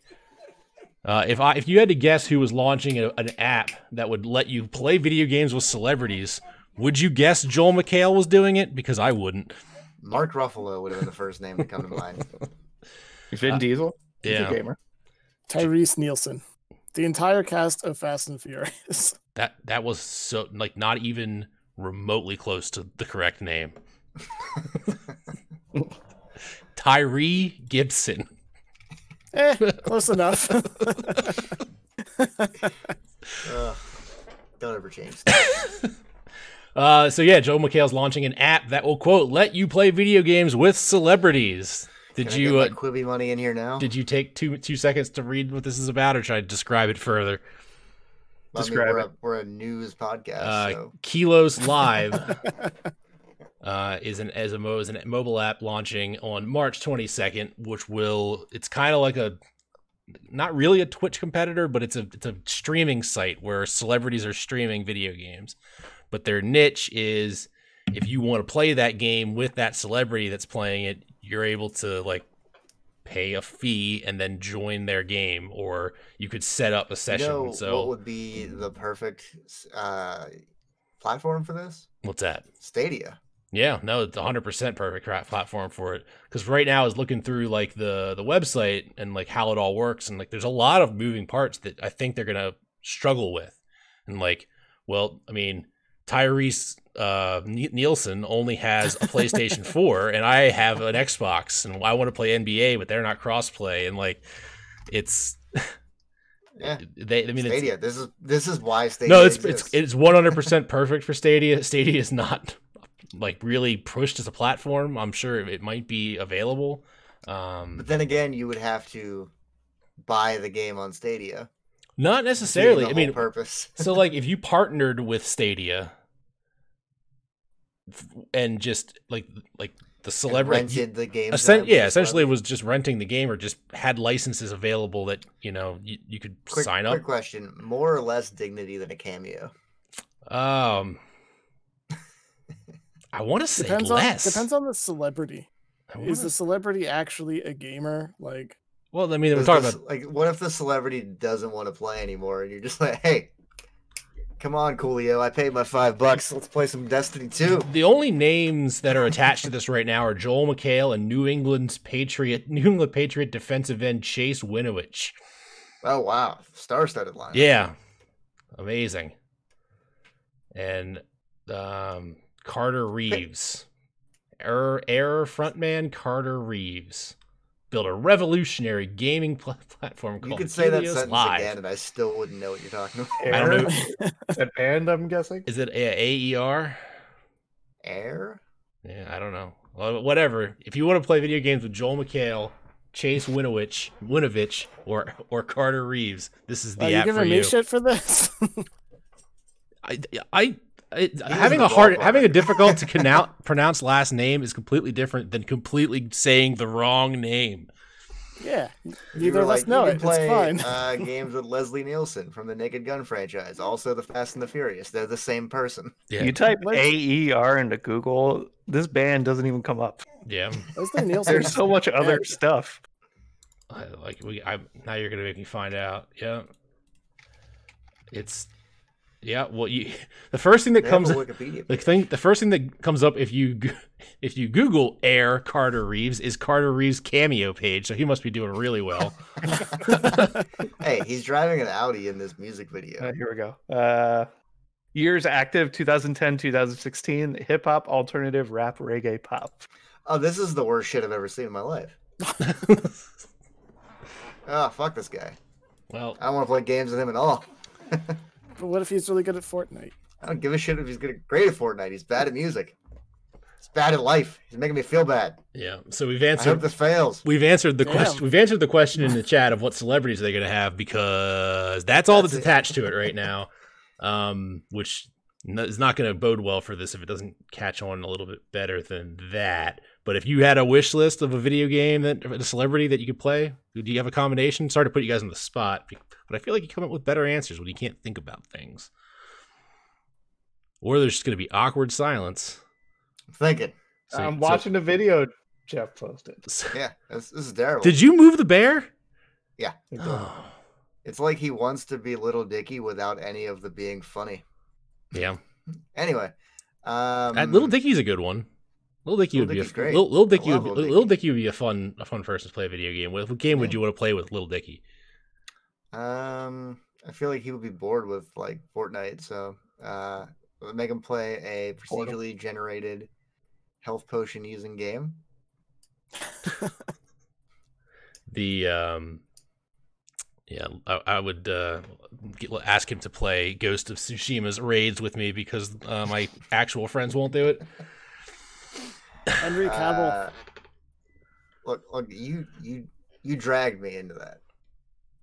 C: Uh, if I if you had to guess who was launching a, an app that would let you play video games with celebrities, would you guess Joel McHale was doing it? Because I wouldn't.
B: Mark Ruffalo would have been the first name to come to mind.
A: Vin Diesel. Uh, He's a
C: Yeah,
A: gamer.
D: tyrese nielsen the entire cast of fast and furious
C: that that was so like not even remotely close to the correct name. Tyree Gibson.
D: eh close enough
B: Ugh. don't ever change.
C: Uh, so yeah, Joe McHale's launching an app that will quote let you play video games with celebrities. Did
B: Did you
C: you
B: I
C: uh,
B: get my Quibi money in here now?
C: did you take two two seconds to read what this is about, or should I describe it further?
B: Well,
A: describe
B: we're
A: it?
B: A, we're a news podcast,
C: Uh,
B: so
C: Kilos Live uh, is an as a mo- is a mobile app launching on March 22nd, which will it's kind of like a not really a Twitch competitor, but it's a it's a streaming site where celebrities are streaming video games, but their niche is if you want to play that game with that celebrity that's playing it, you're able to like pay a fee and then join their game or you could set up a
B: you
C: session
B: know
C: so
B: what would be the perfect uh, platform for this?
C: what's that
B: Stadia.
C: Yeah, no, it's 100% perfect cra- platform for it cuz right now is looking through like the the website and like how it all works and like there's a lot of moving parts that I think they're going to struggle with. And like, well, I mean, Tyrese uh Ni- Nielsen only has a PlayStation 4 and I have an Xbox and I want to play NBA but they're not crossplay and like it's
B: Yeah.
C: they I mean it's
B: Stadia. This is this is why Stadia.
C: no, it's it's
B: exists.
C: it's one hundred percent perfect for Stadia. Stadia is not like really pushed as a platform. I'm sure it might be available. Um,
B: But then again, you would have to buy the game on Stadia.
C: Not necessarily.
B: The
C: I mean,
B: whole purpose.
C: so like if you partnered with Stadia f- and just like like the
B: And
C: celebrity like, you-
B: rented the game.
C: essen- yeah, essentially it was just renting the game or just had licenses available that, you know, you, you could
B: quick,
C: sign
B: quick
C: up.
B: question: more or less dignity than a cameo?
C: Um I want to say
D: Depends on
C: less.
D: depends on the celebrity.
C: I
D: Is
C: wanna-
D: the celebrity actually a gamer? Like
C: well, I mean, we're
B: Does
C: talking
B: the
C: about
B: ce- like, what if the celebrity doesn't want to play anymore, and you're just like, hey. Come on, Coolio! I paid my five bucks. Let's play some Destiny 2.
C: The only names that are attached to this right now are Joel McHale and New England's Patriot New England Patriot defensive end Chase Winovich.
B: Oh wow, star-studded line.
C: Yeah. Amazing. And um Carter Reeves. Error error frontman Carter Reeves. Built a revolutionary gaming pl- platform called
B: you could say that
C: Helios
B: sentence
C: Live.
B: again, and I still wouldn't know what you're talking about.
C: I don't know.
A: And band, I'm guessing.
C: Is it a- E AER?
B: Air?
C: Yeah, I don't know. Well, whatever. If you want to play video games with Joel McHale, Chase Winovich, Winovich, or or Carter Reeves, this is the
D: are Oh, you
C: app for
D: giving
C: you.
D: me shit for this?
C: I, I, I
B: was
C: having
B: the
C: a hard,
B: ballpark.
C: having a difficult to canout, pronounce last name is completely different than completely saying the wrong name.
D: yeah.
B: You
D: Neither
B: were
D: of us
B: like,
D: know
B: you can
D: it. It's
B: Play,
D: fine.
B: uh, games with Leslie Nielsen from the Naked Gun franchise, also the Fast and the Furious. They're the same person.
C: Yeah,
A: You type
D: Let's-
A: AER into Google, this band doesn't even come up.
C: yeah.
D: Leslie Nielsen.
A: There's so much other stuff.
C: I, like we, I, now you're gonna make me find out. Yeah, it's, yeah. Well, you, the first thing that
B: They have
C: comes,
B: a Wikipedia.
C: the
B: page.
C: thing, the first thing that comes up if you, g- if you Google Air Carter Reeves is Carter Reeves cameo page. So he must be doing really well.
B: hey, he's driving an Audi in this music video.
A: Uh, here we go. Uh, years active 2010, 2016, hip hop, alternative, rap, reggae, pop.
B: Oh, this is the worst shit I've ever seen in my life. Oh, fuck this guy.
C: well,
B: I don't want to play games with him at all.
D: but what if he's really good at Fortnite?
B: I don't give a shit if he's good at- great at Fortnite. He's bad at music. He's bad at life. He's making me feel bad.
C: yeah. So we've
B: I
C: answered.
B: hope this fails.
C: We've answered the
D: Damn.
C: question. We've answered the question in the chat of what celebrities they're going to have because that's all that's,
B: That's it.
C: attached to it right now, um, which n- is not going to bode well for this if it doesn't catch on a little bit better than that. But if you had a wish list of a video game that of a celebrity that you could play, do you have a combination? Sorry to put you guys on the spot, be- but I feel like you come up with better answers when you can't think about things, or there's just going to be awkward silence.
B: I'm thinking.
C: So-
A: I'm
C: so-
A: watching a video Jeff posted.
B: Yeah, this, this is terrible.
C: Did you move the bear? Oh,
B: It's like he wants to be Little Dicky without any of the being funny.
C: yeah.
B: Anyway, um,
C: That Little Dicky's a good one. Little Dicky
B: Little
C: would be
B: Dicky's
C: a
B: great.
C: Little, Little Dicky.
B: I love
C: Would be,
B: Little
C: Little
B: Dicky.
C: Dicky would be a fun a fun person to play a video game with. What game would
B: Yeah.
C: you want to play with Little Dicky?
B: Um, I feel like he would be bored with like Fortnite, so uh, we'll make him play a
A: Boredom.
B: procedurally generated health potion using game.
C: The um, yeah, I, I would uh, get, ask him to play Ghost of Tsushima's raids with me because uh, my actual friends won't do it.
D: Henry Cavill.
B: Uh, look, look, you you you dragged me into that.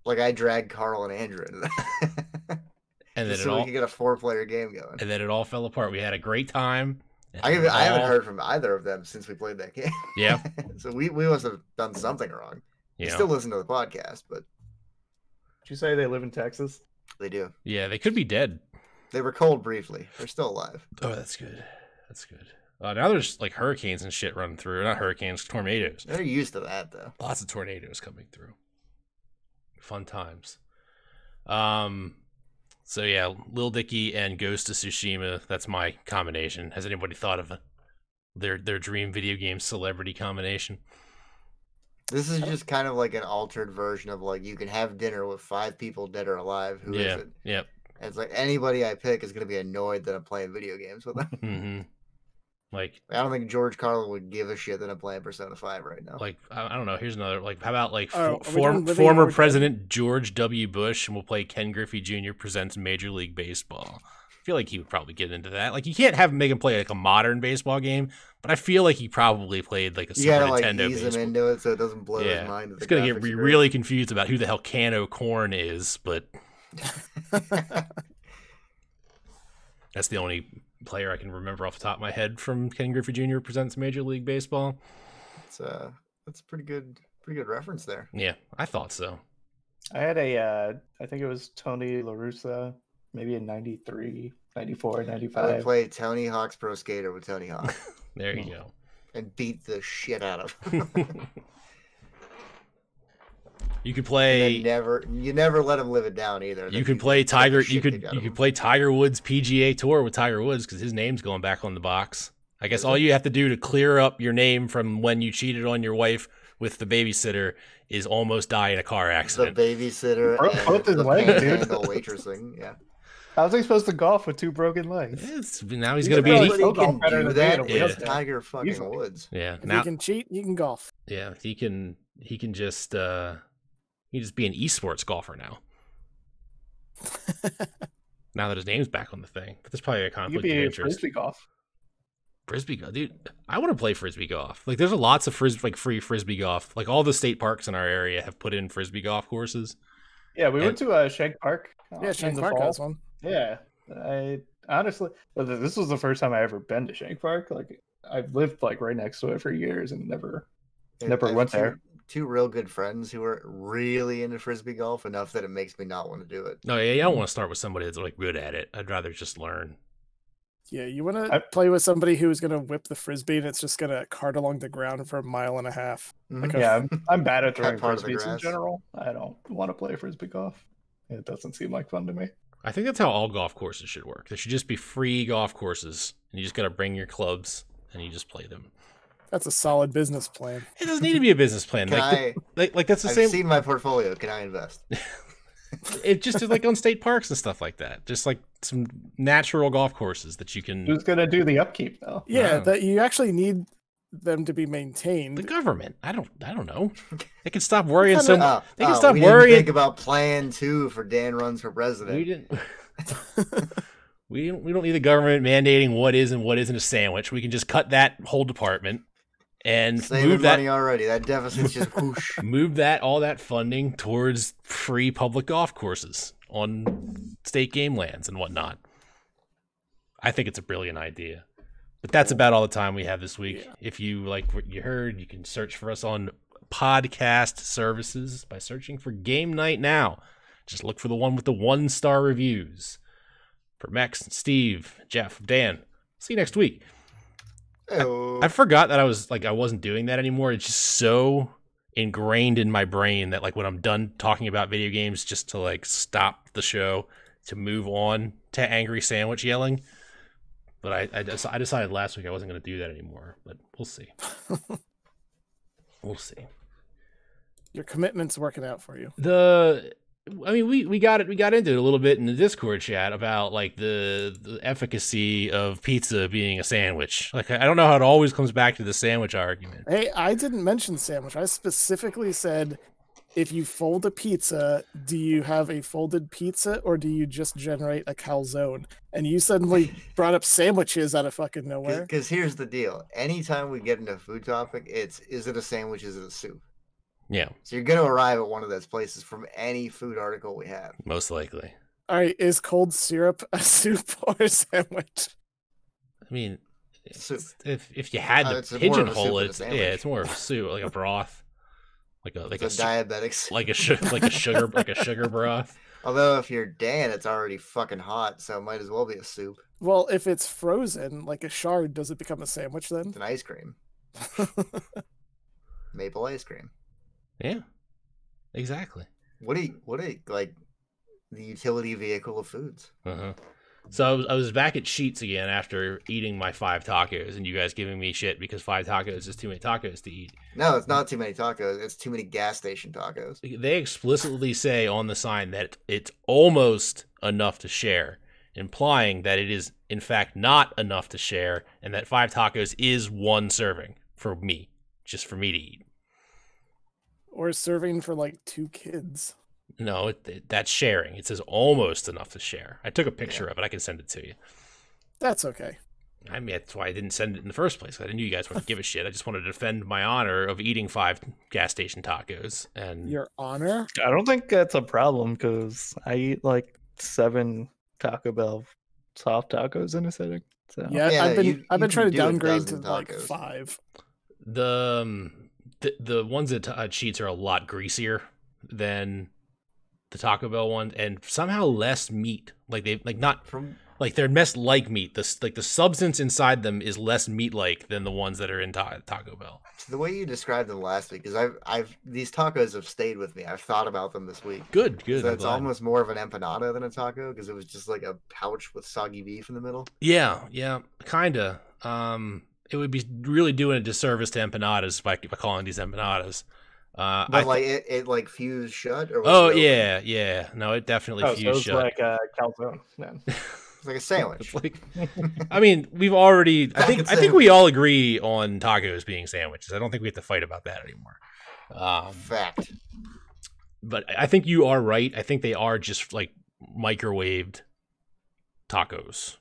B: Like I dragged Carl and Andrew into that.
C: And then
B: Just
C: it
B: so we
C: all
B: could get a four-player game going.
C: and then it all fell apart. We had a great time. and
B: I,
C: it
B: haven't- I haven't
C: all-
B: heard from either of them since we played that game.
C: Yeah,
B: so we, we must have done something wrong. They
C: yeah,
B: still listen to the podcast, but
A: Did you say they live in Texas?
B: they do.
C: yeah. They could be dead.
B: They were cold briefly. They're still alive.
C: Oh, that's good. That's good. Uh, now there's like hurricanes and shit running through. Not hurricanes, tornadoes.
B: They're used to that though.
C: lots of tornadoes coming through. Fun times. Um. So yeah, Lil Dicky and Ghost of Tsushima. That's my combination. Has anybody thought of a, their their dream video game celebrity combination?
B: This is just kind of like an altered version of like you can have dinner with five people dead or alive. Who is
C: yeah.
B: it?
C: Yep.
B: And it's like anybody I pick is gonna be annoyed that I'm playing video games with them.
C: hmm Like
B: I don't think George Carlin would give a shit that I'm playing Persona Five right now.
C: like I, I don't know. Here's another. Like how about like for,
D: Oh, are we
C: form,
D: doing living or
C: former
D: dead?
C: President George W. Bush, and we'll play Ken Griffey Jr. presents Major League Baseball. I feel like he would probably get into that. Like you can't have Megan play like a modern baseball game, but I feel like he probably played like a
B: you
C: Super
B: gotta like
C: Nintendo
B: ease
C: baseball.
B: him into it so it doesn't blow
C: Yeah.
B: his mind. that
C: It's
B: the
C: gonna get
B: graphics
C: re-
B: are great.
C: really confused about who the hell Cano Corn is, but That's the only player I can remember off the top of my head from Ken Griffey Jr. Presents Major League Baseball.
B: It's uh, that's a pretty good, pretty good reference there.
C: Yeah, I thought so.
A: I had a, uh, I think it was Tony LaRussa, maybe in 93, 94,
B: I would
A: 95.
B: play Tony Hawk's Pro Skater with Tony Hawk
C: There you
A: Hmm.
C: go.
B: and beat the shit out of him.
C: you could
B: They
C: play.
B: never, you never let him live it down either.
C: You
B: They
C: could
B: beat
C: play
B: the
C: Tiger. You
B: shit they
C: could
B: got
C: you
B: of
C: could
B: him.
C: play Tiger Woods PGA Tour with Tiger Woods because his name's going back on the box. I guess
B: Is
C: all
B: it?
C: you have to do to clear up your name from when you cheated on your wife with the babysitter is almost die in a car
B: the
C: accident.
B: babysitter
A: Bro-
B: and
A: both his
B: the
A: legs, dude.
B: panhandle waitressing. Yeah,
A: How's he supposed to golf with two broken legs?
C: It's- now he's
A: You
C: gonna
A: could
C: be. e-
A: probably-
C: he-
A: still
B: can
A: golf better
B: do
A: than me in a
B: that.
C: wheelchair.
B: It's Tiger fucking
A: Easily.
B: Woods.
C: yeah.
D: If
C: Now
D: you can cheat, you can golf.
C: Yeah, he can he can just uh he can just be an esports golfer now. now that his name's back on the thing. But there's probably a
A: You could
C: conflict of
A: be a
C: interest.
A: frisbee golf.
C: Frisbee golf. Dude, I want to play frisbee golf. Like there's a lots of fris like free frisbee golf. Like all the state parks in our area have put in frisbee golf courses.
A: Yeah, we
C: And-
A: went to uh, Shank Park. uh,
D: yeah,
A: in
D: Shane
A: the
D: Clark
A: fall.
D: has one.
A: Yeah, I honestly, but th- this was the first time I ever been to Shank Park. Like I've lived like right next to it for years and never.
B: I-
A: Never
B: I have
A: went
B: two-
A: there.
B: Two real good friends who are really into frisbee golf enough that it makes me not want to do it.
C: No, yeah, I don't want to start with somebody that's like good at it. I'd rather just learn.
D: Yeah, you want to
A: I-
D: play with somebody who's going to whip the frisbee and it's just going to cart along the ground for a mile and a half.
B: Mhm.
D: Okay.
A: Yeah, I'm, I'm bad at
B: Cut
A: throwing
B: part of the
A: frisbees in
B: grass.
A: general. I don't want to play frisbee golf. It doesn't seem like fun to me.
C: I think that's how all golf courses should work. There should just be free golf courses and you just gotta bring your clubs and you just play them.
D: That's a solid business plan.
C: It doesn't need to be a business plan.
B: Can
C: like, th-
B: I?
C: like like that's the
B: I've
C: same
B: seen my portfolio. Can I invest?
C: it just is like on state parks and stuff like that. Just like some natural golf courses that you can.
A: Who's gonna do the upkeep though?
D: Yeah,
C: Wow.
D: that you actually need them to be maintained.
C: The government. I don't. I don't know. They can stop worrying
D: kinda-
C: so. much.
B: Oh,
C: They can
B: oh,
C: stop
B: we didn't
C: worrying.
B: think about Plan Two for Dan runs for
C: We
B: president.
C: didn't. We don't, we don't need the government mandating what is and what isn't a sandwich. We can just cut that whole department and
B: Saving
C: move that
B: money already. That deficit's just whoosh.
C: move that all that funding towards free public golf courses on state game lands and whatnot. I think it's a brilliant idea. But that's about all the time we have this week.
D: Yeah.
C: If you like what you heard, you can search for us on podcast services by searching for Game Night Now. Just look for the one with the one star reviews. For Max and Steve, Jeff, Dan. See you next week.
B: Oh.
C: I forgot that I was like I wasn't doing that anymore. It's just so ingrained in my brain that like when I'm done talking about video games, just to like stop the show to move on to angry sandwich yelling. But I I, dec- I decided last week I wasn't going to do that anymore. But we'll see. we'll see.
D: Your commitment's working out for you.
C: The I mean we we got it we got into it a little bit in the Discord chat about like the, the efficacy of pizza being a sandwich. Like I I don't know how it always comes back to the sandwich argument.
D: Hey, I didn't mention sandwich. I specifically said if you fold a pizza, do you have a folded pizza or do you just generate a calzone? And you suddenly brought up sandwiches out of fucking nowhere.
B: Because here's the deal. Anytime we get into a food topic, it's is it a sandwich? Is it a soup?
C: Yeah,
B: So you're gonna arrive at one of those places from any food article we have.
C: most likely.
D: All right, is cold syrup a soup or a sandwich?
C: I mean,
B: Soup.
C: it's- if if you had
B: Uh,
C: to
B: it's more of a soup
C: pigeonhole
B: than a
C: it, it's- yeah,
B: sandwich.
C: it's more of a soup, like a broth, like a
B: It's
C: like a,
B: a
C: su-
B: diabetics.
C: like a su- like a sugar like a sugar broth.
B: Although if you're Dan, it's already fucking hot, so it might as well be a soup.
D: Well, if it's frozen, like a shard, does it become a sandwich then?
B: It's an ice cream. Maple ice cream.
C: Yeah, exactly.
B: What a what a like the utility vehicle of foods.
C: Uh-huh. So I was, I was back at Sheets again after eating my five tacos, and you guys giving me shit because five tacos is too many tacos to eat.
B: No, it's not too many tacos. It's too many gas station tacos.
C: They explicitly say on the sign that it's almost enough to share, implying that it is in fact not enough to share, and that five tacos is one serving for me, just for me to eat.
D: or serving for like two kids.
C: No, it, it- that's sharing. It says almost enough to share. I took a picture of it. I can send it to you.
D: That's okay.
C: I mean, that's why I didn't send it in the first place. 'cause I knew you guys wouldn't give a shit. I just wanted to defend my honor of eating five gas station tacos. And
D: Your honor?
A: I don't think that's a problem because I eat like seven Taco Bell soft tacos in a sitting. So
D: Yeah,
B: Yeah,
D: I've been
B: you-
D: I've
B: you
D: been
B: can
D: trying to
B: do a
D: downgrade to
B: dozen
D: like
B: tacos.
D: five.
C: the um, the, the ones at uh, Cheats are a lot greasier than the Taco Bell ones, and somehow less meat. Like they like not
B: From
C: like they're mess like meat. This like the substance inside them is less meat like than the ones that are in ta- Taco Bell.
B: the way you described them last week, because I've I've these tacos have stayed with me. I've thought about them this week.
C: Good, good.
B: so
C: I'm
B: it's
C: glad.
B: almost more of an empanada than a taco because it was just like a pouch with soggy beef in the middle.
C: Yeah, yeah, kinda. Um, it would be really doing a disservice to empanadas by, by calling these empanadas. Uh, I
B: But
C: th-
B: like it, it like fused shut or was
C: oh
B: it open?
C: yeah, yeah. No, it definitely
A: Oh, so
C: fused
A: it's
C: shut.
A: like a calzone. Then.
B: It's like a sandwich.
C: It's like, I mean, we've already. I think. I think we
B: Sandwiches.
C: all agree on tacos being sandwiches. I don't think we have to fight about that anymore. Um,
B: Oh, Fact.
C: but I I think you are right. I think they are just like microwaved tacos.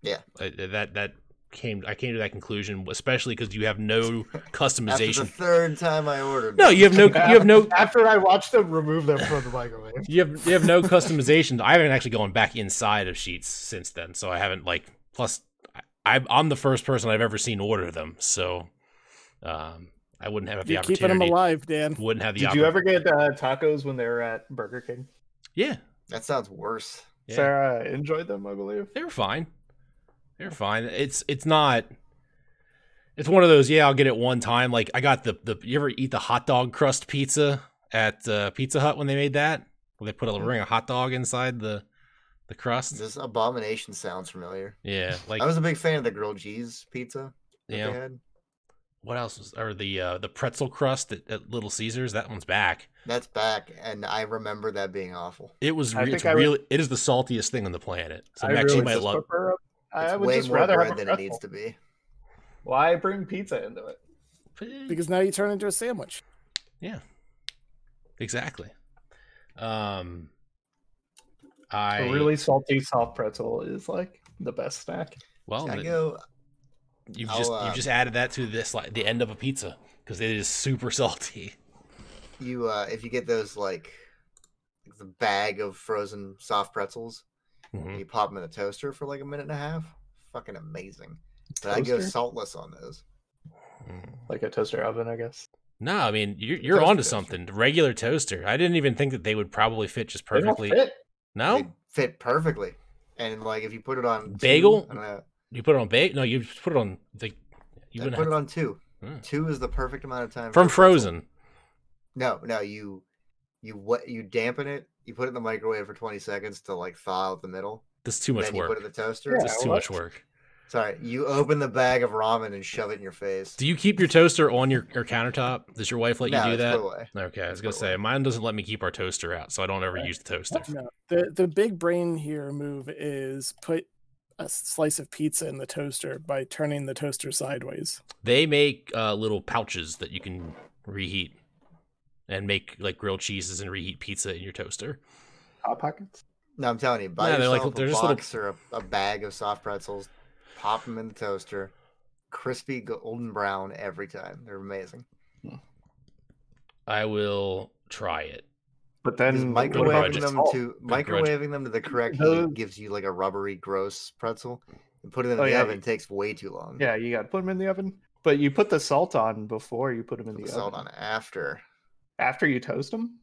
B: Yeah.
C: I- that that came. I came to that conclusion, especially because you have no
B: After the
C: customization.
B: third time I ordered,
C: No,
B: them.
C: you have no. You have no.
A: After I watched them remove them from the microwave.
C: You have you have no customization. I haven't actually gone back inside of sheets since then, so I haven't like. Plus, I, I'm the first person I've ever seen order them, so um, I wouldn't have the
D: You're keeping them
C: opportunity.
D: alive, Dan.
C: Wouldn't have the.
A: Did you
C: oppor-
A: ever get uh, tacos when they were at Burger King?
C: Yeah,
B: that sounds worse.
C: Yeah.
A: Sarah enjoyed them, I believe.
C: they're fine. They're fine. It's it's not. It's one of those. Yeah, I'll get it one time. Like I got the the. You ever eat the hot dog crust pizza at uh, Pizza Hut when they made that? Well, they put a ring of hot dog inside the the crust.
B: This abomination sounds familiar.
C: yeah, like
B: I was a big fan of the grilled cheese pizza that
C: yeah.
B: they had.
C: what else was or the uh, the pretzel crust at, at Little Caesars? That one's back.
B: That's back, and I remember that being awful.
C: It was
A: I
C: re-
A: think
C: it's
A: I would-
C: really it is the saltiest thing on the planet. So
A: I
C: Max,
A: really
C: you might
A: just
C: love.
A: prefer- I
B: It's
A: would
B: way
A: just
B: more
A: rather have
B: bread
A: a
B: than
A: pretzel.
B: it needs to be.
A: Why bring pizza into it?
D: Because now you turn into a sandwich.
C: Exactly. Um, I
A: A really salty soft pretzel is like the best snack.
C: well
B: I
C: then
B: go.
C: you've
B: I'll,
C: just
B: uh,
C: you've just added that to this like the end of a pizza because it is super salty.
B: You uh, if you get those like the bag of frozen soft pretzels,
C: Mhm.
B: you pop them in the toaster for like a minute and a half. Fucking amazing. But I go
A: Toaster?
B: saltless on those.
C: Mm.
A: Like a toaster oven, I guess.
C: No, I mean you're
B: The
C: you're
B: toaster
C: onto
B: toaster.
C: something. Regular toaster. I didn't even think that they would probably fit just
A: They don't
C: perfectly.
A: fit.
C: No,
B: They fit perfectly. And like if you put it on two-
C: Bagel?
B: I don't know.
C: you put it on bake. No, you just put it on like you
B: I
C: wouldn't
B: put
C: have
B: it on two.
C: Mm.
B: Two is the perfect amount of time
C: from
B: for a pretzel.
C: Frozen.
B: No, no, you you what you dampen it, you put it in the microwave for 20 seconds to like thaw out the middle.
C: That's too much
B: then you put
C: work.
B: it in the toaster.
A: Yeah.
C: That's too
A: what?
C: much work.
B: Sorry, you open the bag of ramen and shove it in your face.
C: Do you keep your toaster on your, your countertop? Does your wife let you
B: No,
C: do
B: it's
C: that?
B: put away.
C: Okay, I was
B: It's
C: gonna
B: put
C: say
B: away.
C: mine doesn't let me keep our toaster out, so I don't ever use the toaster.
D: No, the the big brain here move is put a slice of pizza in the toaster by turning the toaster sideways.
C: They make uh, little pouches that you can reheat and make like grilled cheeses and reheat pizza in your toaster.
A: Hot pockets.
B: No, I'm telling you, buy
C: No, they're like-
B: yourself
C: they're
B: a
C: just little-
B: box or a, a bag of soft pretzels, pop them in the toaster, crispy golden brown every time. They're amazing.
C: I will try it.
A: But
B: Because
A: then
C: grudge.
B: microwaving them to
C: grudge.
B: microwaving them to the correct
A: Those-
B: heat gives you like a rubbery, gross pretzel. And putting it in
A: Oh,
B: the
A: yeah,
B: oven takes way too long.
A: Yeah, you got to put them in the oven. But you put the salt on before you put them in
B: Put
A: the,
B: the
A: oven.
B: salt on after.
A: After you toast them.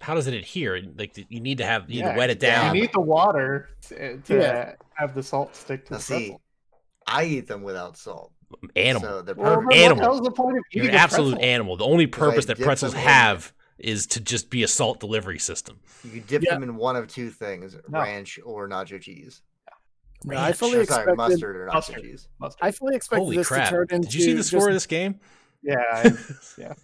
C: How does it adhere? Like you need to have you need
A: Yeah,
C: to wet it
B: yeah.
C: down.
A: You need the water to, to
D: Yeah.
A: have the salt stick to
B: Now
A: the
B: see,
A: pretzel.
B: I eat them without salt.
C: Animal.
B: So they're
A: Well,
B: perfect.
A: but
C: Animal.
A: What the hell's the point of
C: You're
A: eating
C: an
A: a
C: absolute
A: pretzel?
C: animal. The only
B: 'Cause I
C: purpose that
B: dip
C: pretzels
B: them in-
C: have is to just be a salt delivery system.
B: You could dip
D: Yeah.
B: them in one of two things,
A: No.
B: ranch or nacho cheese.
D: No, I
C: Ranch.
D: fully
B: Or,
D: expected.
B: sorry, mustard or nacho
A: mustard.
B: cheese.
A: Mustard.
D: I fully expected
C: Holy
D: this
C: crap!
D: to turn into.
C: Did you see the score
D: just-
C: of this game?
A: Yeah, I- yeah.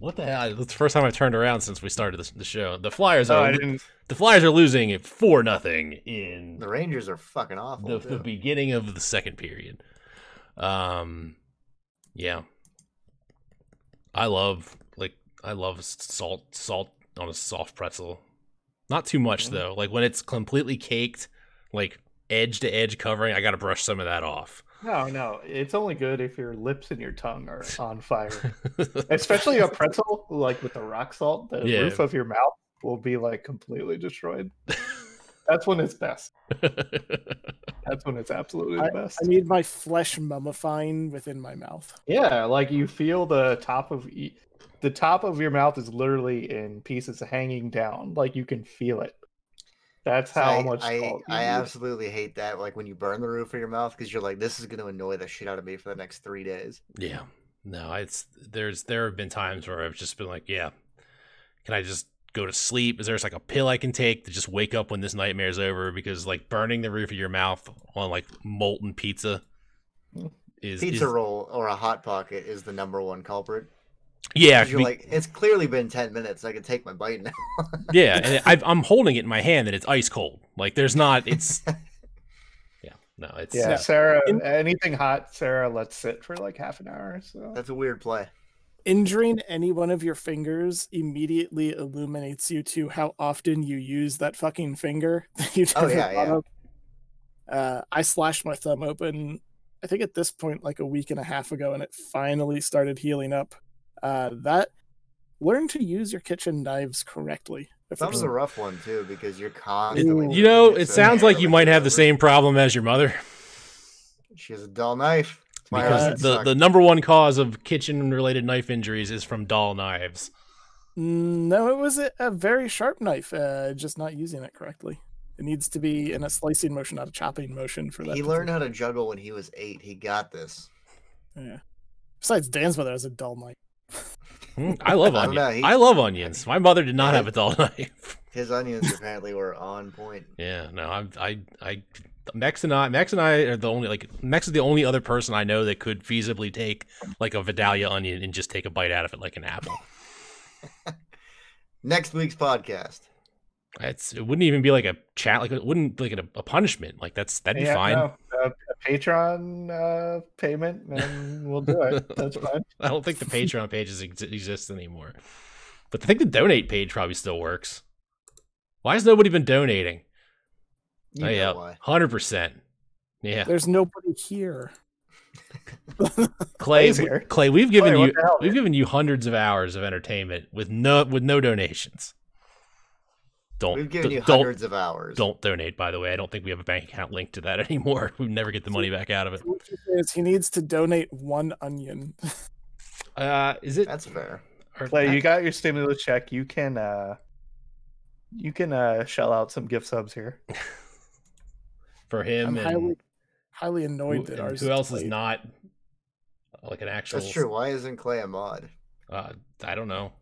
C: What the hell? That's the first time I've turned around since we started this, the show. The Flyers
A: No,
C: are
A: I didn't.
C: the Flyers are losing at four nothing in
B: The Rangers are fucking awful.
C: the, the
B: too.
C: beginning of the second period. Um, yeah, I love like I love s- salt salt on a soft pretzel. Not too much
A: Mhm.
C: though. Like when it's completely caked, like edge to edge covering. I got to brush some of that off.
A: No, no, it's only good if your lips and your tongue are on fire. Especially a pretzel, like with the rock salt, the
C: Yeah.
A: roof of your mouth will be like completely destroyed. That's when it's best. That's when it's absolutely the best.
D: I need my flesh mummifying within my mouth.
A: Yeah, like you feel the top of e- the top of your mouth is literally in pieces hanging down. Like you can feel it. That's how
B: I,
A: much
B: I,
A: salt you
B: I
A: need.
B: absolutely hate that. Like when you burn the roof of your mouth because you're like, this is going to annoy the shit out of me for the next three days.
C: yeah. No, it's there's there have been times where I've just been like, yeah, can I just go to sleep? Is there just like a pill I can take to just wake up when this nightmare's over? Because like burning the roof of your mouth on like molten pizza is
B: Hmm. Pizza
C: is,
B: roll or a hot pocket is the number one culprit. 'cause
C: yeah.
B: you're
C: be-
B: like, it's clearly been ten minutes. I can take my bite now.
C: yeah, and I've, I'm holding it in my hand and it's ice cold. Like there's not. It's yeah, no, it's
A: Yeah,
D: Yeah.
A: Sarah.
D: In-
A: anything hot, Sarah lets sit for like half an hour. Or so
B: That's a weird play.
D: Injuring any one of your fingers immediately illuminates you to how often you use that fucking finger. that you
B: Oh,
D: never
B: yeah,
D: thought
B: yeah.
D: of. Uh, I slashed my thumb open. I think at this point, like a week and a half ago, and it finally started healing up. Uh, that learn to use your kitchen knives correctly. If
B: That was
D: there's-
B: a rough one too because you're constantly.
D: Ooh.
B: doing
C: You know,
B: so
C: it
B: it's
C: sounds like you
B: really
C: might have the
B: clever.
C: same problem as your mother
B: She has a dull knife. That's why her
C: because
B: husband
C: the,
B: sucked.
C: the number one cause of kitchen related knife injuries is from dull knives.
D: Mm, No, it was a, a very sharp knife, uh, just not using it correctly. It needs to be in a slicing motion, not a chopping motion for that.
B: he learned
D: particular-
B: how to juggle when he was eight. He got this.
D: Yeah. Besides, Dan's mother has a dull knife.
C: Hmm, I love
B: I don't
C: onions.
B: know,
C: I,
B: he-
C: love onions. My mother did not
B: Yeah.
C: have a dull knife.
B: His onions apparently were on point.
C: Yeah, no, I, I, I, Mex and I, Mex and I are the only like Mex is the only other person I know that could feasibly take like a Vidalia onion and just take a bite out of it like an apple.
B: Next week's podcast.
C: It's it wouldn't even be like a chat like it wouldn't like a, a punishment like that's that'd be
A: Yeah,
C: fine.
A: no, uh, a Patreon uh, payment, and we'll do it. That's fine.
C: I don't think the Patreon pages ex- exist anymore. But I think the donate page probably still works. Why has nobody been donating?
B: You
C: oh
B: know
C: yeah,
B: why.
C: hundred percent. Yeah,
D: There's nobody here.
C: Clay,
A: Clay's here.
C: Clay, we've given
A: Clay, what
C: you
A: the hell,
C: we've given you hundreds of hours of entertainment with no with no donations. Don't
B: We've given
C: d-
B: you
C: don't
B: 100s of hours.
C: don't donate. By the way, I don't think we have a bank account linked to that anymore. We never get the money back out of it.
D: What you say is He needs to donate one onion.
C: Uh, is it
B: That's fair.
C: or-
A: Clay, you got your stimulus check. You can uh, you can uh, shell out some gift subs here.
C: for him?
D: I'm
C: and-
D: highly, highly annoyed
C: Who,
D: that
C: and
D: ours.
C: who else is
D: delayed.
C: not uh, like an actual?
B: That's true. Why isn't Clay a mod?
C: Uh, I don't know.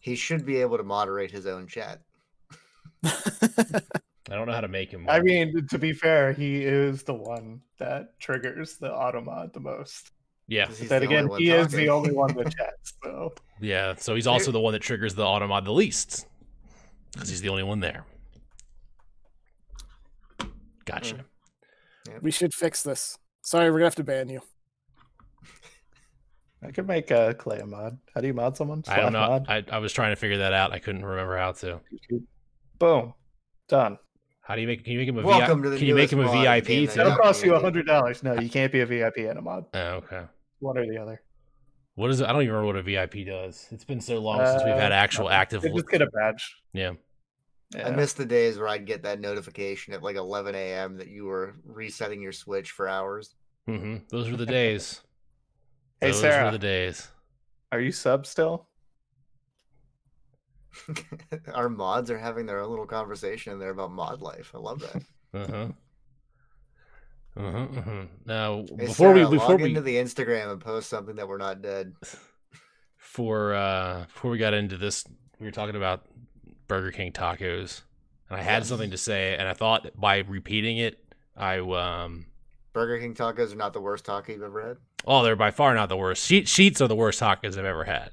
B: He should be able to moderate his own chat.
C: I don't know how to make him.
A: I
C: one.
A: mean, to be fair, he is the one that triggers the auto mod the most.
C: yeah,
B: 'cause
A: But
B: he's
A: then
B: the only
A: again,
B: one
A: he is the
B: talking.
A: only one that chats. So
C: yeah. So he's also the one that triggers the auto mod the least because he's the only one there. Gotcha.
D: We should fix this. Sorry, we're gonna have to ban you.
A: I could make uh, Clay a mod. How do you mod someone?
C: I don't
A: Slash
C: know.
A: mod?
C: I, I was trying to figure that out. I couldn't remember how to.
A: Boom, done.
C: How do you make? Can you make him a
B: Welcome to the
C: VIP? Can you
B: newest
C: make him a
B: mod in the game
C: VIP too?
B: that
A: That'll
B: Yeah.
A: cost you a hundred dollars. No, you can't be a VIP and a mod.
C: Oh, okay.
A: One or the other.
C: What is? it? I don't even remember what a VIP does. It's been so long since we've
A: Uh,
C: had actual active.
A: They just get a badge.
C: Yeah.
B: I
A: Yeah.
B: miss the days where I'd get that notification at like 11 a.m. that you were resetting your Switch for hours.
C: hmm Those were the days.
A: hey
C: Those
A: Sarah,
C: were the days.
A: are you sub still?
B: Our mods are having their own little conversation in there about mod life. I love that.
C: Uh-huh. Uh-huh. uh-huh. Now,
B: Hey,
C: before
B: Sarah,
C: we before
B: log
C: we
B: into the Instagram and post something that we're not dead.
C: for uh before we got into this, we were talking about Burger King tacos, and I had
B: Yes.
C: something to say, and I thought by repeating it, I um
B: Burger King tacos are not the worst taco you've ever had.
C: oh they're by far not the worst. Sheet sheets are the worst tacos I've ever had.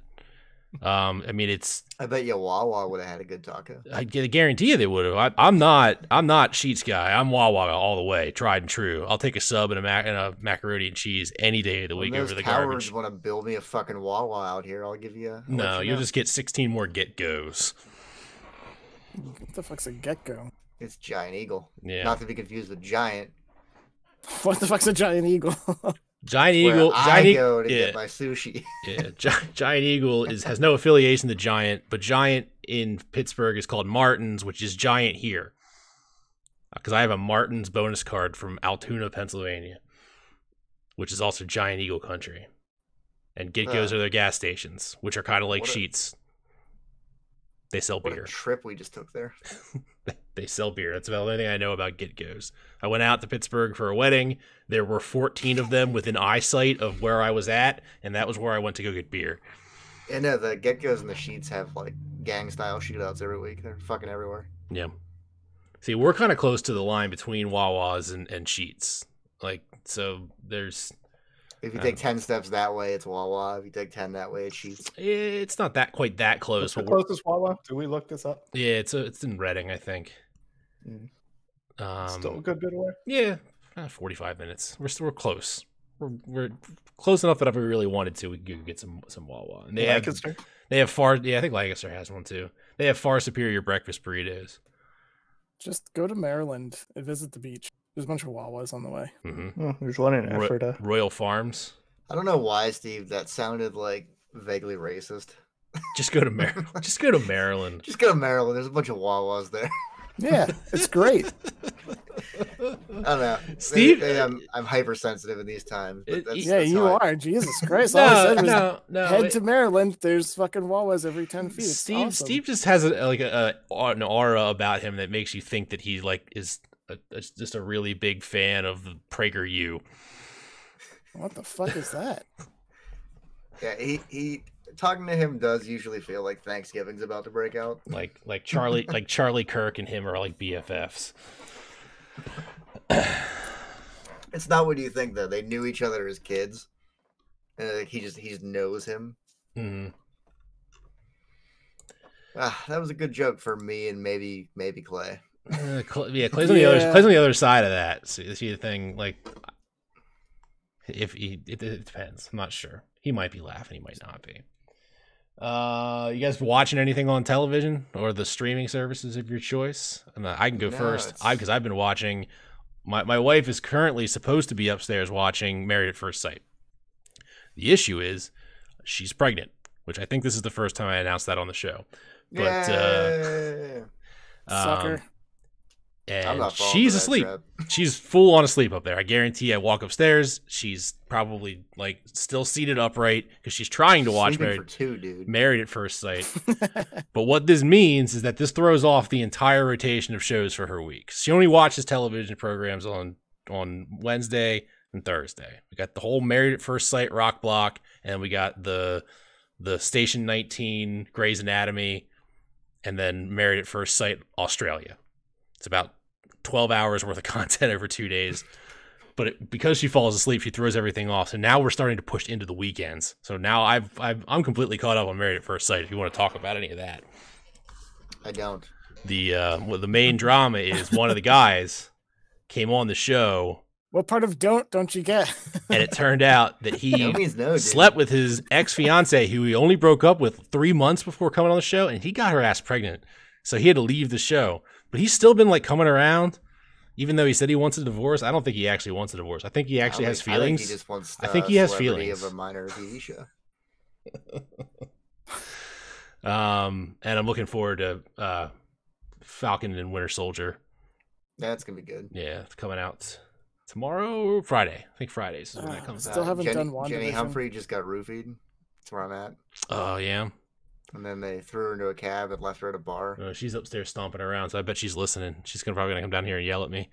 C: Um, I mean it's
B: I bet you Wawa would have had a good taco.
C: I gu- guarantee you they would have. I, I'm not. I'm not sheets guy. I'm Wawa all the way, tried and true. I'll take a sub and a, mac- and a macaroni and cheese any day of the
B: When
C: week
B: those
C: over the
B: cowards
C: garbage.
B: want to build me a fucking Wawa out here, I'll give you. I'll let
C: No,
B: you
C: you'll
B: know.
C: just get 16 more get goes.
D: What the fuck's a get go?
B: It's Giant Eagle.
C: Yeah.
B: Not to be confused with Giant.
D: What the fuck's a giant eagle?
C: Giant
B: where
C: Eagle.
B: I
C: Giant, E- Eag-
B: go to
C: yeah.
B: get my sushi.
C: yeah, Gi- Giant Eagle is has no affiliation to Giant, but Giant in Pittsburgh is called Martins, which is Giant here. Because I have a Martins bonus card from Altoona, Pennsylvania, which is also Giant Eagle country. And Gitgos
B: Huh.
C: are their gas stations, which are kind of like
B: What a-
C: sheets. They sell
B: What a
C: beer.
B: trip we just took there.
C: they sell beer. That's about the only thing I know about Gitgos. I went out to Pittsburgh for a wedding. There were 14 of them within eyesight of where I was at, and that was where I went to go get beer.
B: And no, the get goes and the sheets have like gang style shootouts every week. They're fucking everywhere.
C: Yeah. See, we're kind of close to the line between Wawa's and, and Sheets. Like, so there's,
B: If you
C: Yeah.
B: take ten steps that way, it's Wawa. If you take ten that way, it's sheets.
C: it's not that quite that close.
A: What's the
C: But we're,
A: closest Wawa? Do we look this up?
C: yeah, it's a, it's in Reading, I think.
B: Mm.
C: Um,
A: Still a good bit away.
C: Yeah, uh, 45 minutes. We're still we're close. We're, we're close enough that if we really wanted to, we could get some some Wawa. And they have
A: Lancaster.
C: They have far. Yeah, I think Lancaster has one too. They have far superior breakfast burritos.
D: Just go to Maryland and visit the beach. There's a bunch of Wawas on the way.
C: hmm
A: Oh, there's one in
C: Ro-
A: Alfreda.
C: Royal Farms.
B: I don't know why, Steve. That sounded like vaguely racist.
C: Just go to Maryland. Just go to Maryland.
B: Just go to Maryland. There's a bunch of Wawas there.
D: Yeah, it's great.
B: I don't know. Maybe-
C: Steve- uh,
B: maybe I'm, I'm hypersensitive in these times. But
C: It-
B: that's,
D: yeah,
B: that's
D: you
B: how I-
D: are. Jesus Christ. All I
C: no,
D: said was
C: no, no.
D: head
C: it-
D: to Maryland. There's fucking Wawas every 10 feet. It's
C: Steve.
D: awesome.
C: Steve just has a, like a, a an aura about him that makes you think that he like is a, a- just a really big fan of the Prager U.
D: What the fuck is that?
B: Yeah, he he talking to him does usually feel like Thanksgiving's about to break out.
C: Like like Charlie like Charlie Kirk and him are like BFFs.
B: It's not what you think though. They knew each other as kids, and like, he just he just knows him.
C: hmm
B: Ah, that was a good joke for me and maybe maybe Clay.
C: Uh, Cl- yeah, Clay's on the other.
D: Yeah.
C: Clay's on the other side of that. See, see the thing, like, if he, it, it depends. I'm not sure. He might be laughing. He might not be. Uh, you guys watching anything on television or the streaming services of your choice? And I can go
B: No,
C: first.
B: it's-
C: I because I've been watching. My my wife is currently supposed to be upstairs watching Married at First Sight. The issue is, she's pregnant, which I think this is the first time I announced that on the show. But, uh,
B: Yeah.
C: Um,
D: Sucker.
B: I'm
C: And
B: not falling
C: she's
B: for that
C: asleep.
B: trap.
C: She's full on asleep up there. I guarantee. I walk upstairs. She's probably like still seated upright because she's trying to watch
B: Sleeping
C: married,
B: for two, dude.
C: married at First Sight. but what this means is that this throws off the entire rotation of shows for her week. She only watches television programs on on Wednesday and Thursday. We got the whole Married at First Sight rock block, and we got the the Station 19 Grey's Anatomy, and then Married at First Sight Australia. It's about 12 hours worth of content over two days. But it, because she falls asleep, she throws everything off. So now we're starting to push into the weekends. So now I've, I've I'm completely caught up on Married at First Sight. If you want to talk about any of that,
B: I don't.
C: the uh, well, the main drama is one of the guys came on the show,
D: what part of don't don't you get?
C: and it turned out that
B: No
C: he
B: means no, dude.
C: slept with his ex fiancee, who he only broke up with three months before coming on the show, and he got her ass pregnant. So he had to leave the show. But he's still been like coming around, even though he said he wants a divorce. I don't think he actually wants a divorce. I think he
B: I
C: actually
B: think-
C: has
B: I think
C: feelings.
B: he just wants
C: I
B: the
C: think he has
B: celebrity of
C: feelings.
B: a minor TV show.
C: Um, and I'm looking forward to uh, Falcon and Winter Soldier.
B: That's gonna be good.
C: Yeah, it's coming out tomorrow or Friday. I think Fridays is when
D: Ah,
C: that comes out.
D: Still haven't
B: Uh, Jenny,
D: done
B: Jenny
D: WandaVision.
B: Humphrey just got roofied. That's where I'm at.
C: Oh yeah,
B: And then they threw her into a cab and left her at a bar.
C: Oh, she's upstairs stomping around, so I bet she's listening. She's gonna probably gonna come down here and yell at me.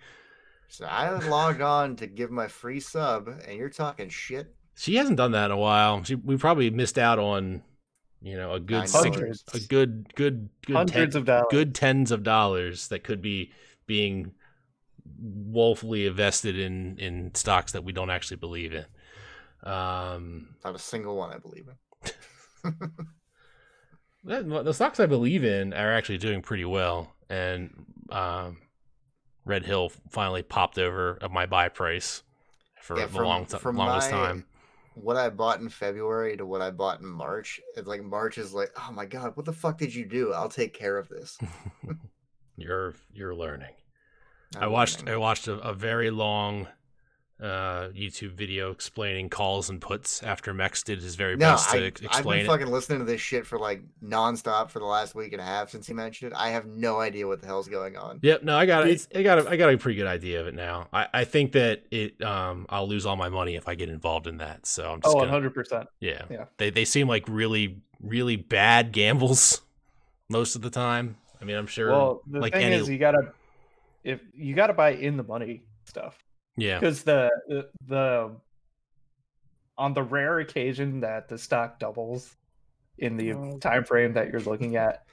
B: So I logged on to give my free sub, and you're talking shit.
C: She hasn't done that in a while. She, we probably missed out on, you know, a
B: Nine
C: good six,
B: dollars.
A: Hundreds.
C: a good good good
A: Hundreds
C: ten-
A: of dollars.
C: good tens of dollars that could be being woefully invested in in stocks that we don't actually believe in. Um,
B: Not a single one I believe in.
C: that- the stocks I believe in are actually doing pretty well, and um, Red Hill finally popped over at my buy price for
B: Yeah,
C: the
B: from-
C: long ti-
B: from
C: longest
B: my-
C: time.
B: What I bought in February to what I bought in March, it's like March is like, oh my god, what the fuck did you do? I'll take care of this.
C: You're you're learning. I watched I watched a, a very long uh, YouTube video explaining calls and puts after Mex did his very
B: No,
C: best to
B: I,
C: ex-
B: I've
C: explain
B: been
C: it.
B: fucking listening to this shit for like nonstop for the last week and a half since he mentioned it. I have no idea what the hell's going on.
C: Yep. No, I got
D: Did-
C: it. I got a, I got a pretty good idea of it now. I, I think that it um I'll lose all my money if I get involved in that. So I'm just
A: Oh,
C: gonna
A: 100%.
C: yeah.
A: yeah.
C: They they seem like really really bad gambles most of the time. I mean, I'm sure.
A: Well, the
C: like
A: thing
C: any-
A: is, you gotta if you gotta buy in the money stuff
C: yeah.
A: because the, the the on the rare occasion that the stock doubles in the
D: Oh.
A: time frame that you're looking at,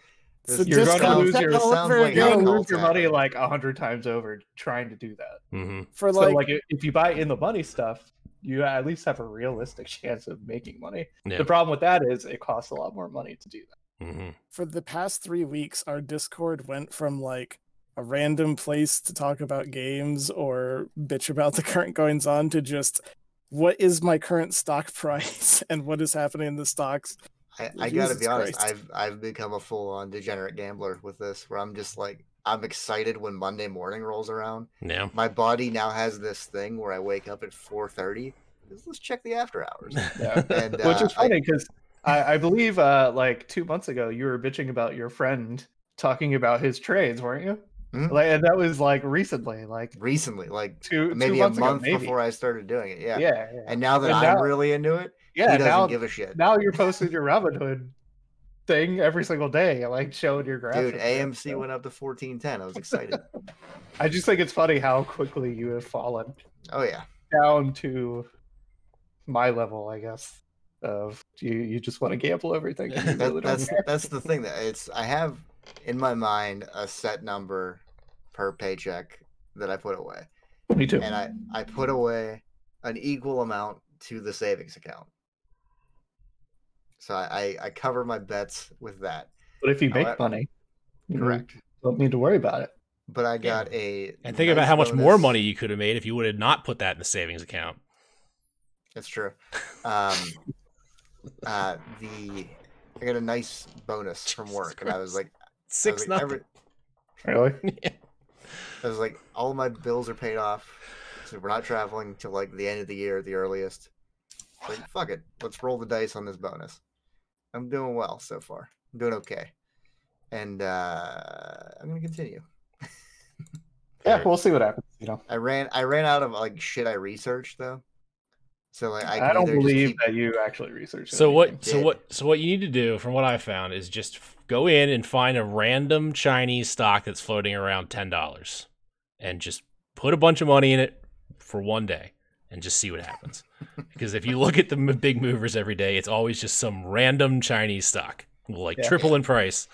B: This-
D: It's a
A: you're
D: Just
A: gonna
D: go-
A: lose your
B: sounds
D: over
B: like
A: you're gonna
D: again.
B: alcohol
A: lose your money
B: tax.
A: like a hundred times over trying to do that.
C: hmm
D: for
A: So
D: like,
A: like i- if you buy in the money stuff, you at least have a realistic chance of making money.
C: Yeah.
A: The problem with that is it costs a lot more money to do that.
C: hmm
D: for the past three weeks, our Discord went from like a random place to talk about games or bitch about the current goings on to just what is my current stock price and what is happening in the stocks.
B: I, I gotta
D: Jesus
B: be honest,
D: Christ.
B: I've I've become a full on degenerate gambler with this, where I'm just like I'm excited when Monday morning rolls around.
C: Yeah.
B: My body now has this thing where I wake up at 4:30. Let's- Let's check the after hours.
A: Yeah.
B: And uh,
A: Which is
B: I-
A: funny because I, I believe uh, like two months ago you were bitching about your friend talking about his trades, weren't you?
B: Mhm.
A: Like, and that was like recently, like
B: recently, like
A: two
B: maybe
A: two
B: a
A: months
B: month
A: ago, maybe.
B: before I started doing it. Yeah.
A: yeah, yeah,
B: And now that
A: And
B: I'm
A: now-
B: really into it,
A: yeah.
B: he doesn't
A: now,
B: give a shit.
A: now you're posting your Robinhood thing every single day, like showing your graph.
B: Dude, AMC went up to 1410. I was excited.
A: I just think it's funny how quickly you have fallen
B: oh yeah.
A: down to my level, I guess. Of you, you just want to gamble everything. and you
C: That-
B: That-
A: really don't
B: that's
A: care.
B: that's the thing that it's I have in my mind a set number per paycheck that I put away.
A: me too.
B: and I, I put away an equal amount to the savings account. So I, I, I cover my bets with that.
A: But if you make
B: However-
A: money, you
B: Correct.
A: don't need to worry about it.
B: But I
C: Yeah.
B: got a
C: And think about
B: nice
C: how much more
B: bonus-
C: money you could have made if you would have not put that in the savings account.
B: That's true. Um uh the I got a nice bonus from
C: Jesus
B: work and I was like I
C: Six
B: was like,
C: nothing.
B: every,
A: Really?
B: I was like all my bills are paid off. So we're not traveling till like the end of the year at the earliest. Like fuck it. Let's roll the dice on this bonus. I'm doing well so far. I'm doing okay. And uh I'm gonna continue.
A: Yeah,
C: Very-
A: we'll see what happens. You know,
B: I ran I ran out of like shit I researched though. So like I,
A: I,
B: can
A: don't
B: either just
A: believe
B: keep-
A: that you actually researched.
C: So
A: anything.
C: what? So
B: did.
C: what? So what you need to do, from what I found, is just f- go in and find a random Chinese stock that's floating around ten dollars, and just put a bunch of money in it for one day, and just see what happens. because if you look at the m- big movers every day, it's always just some random Chinese stock will like
A: Yeah.
C: triple in price.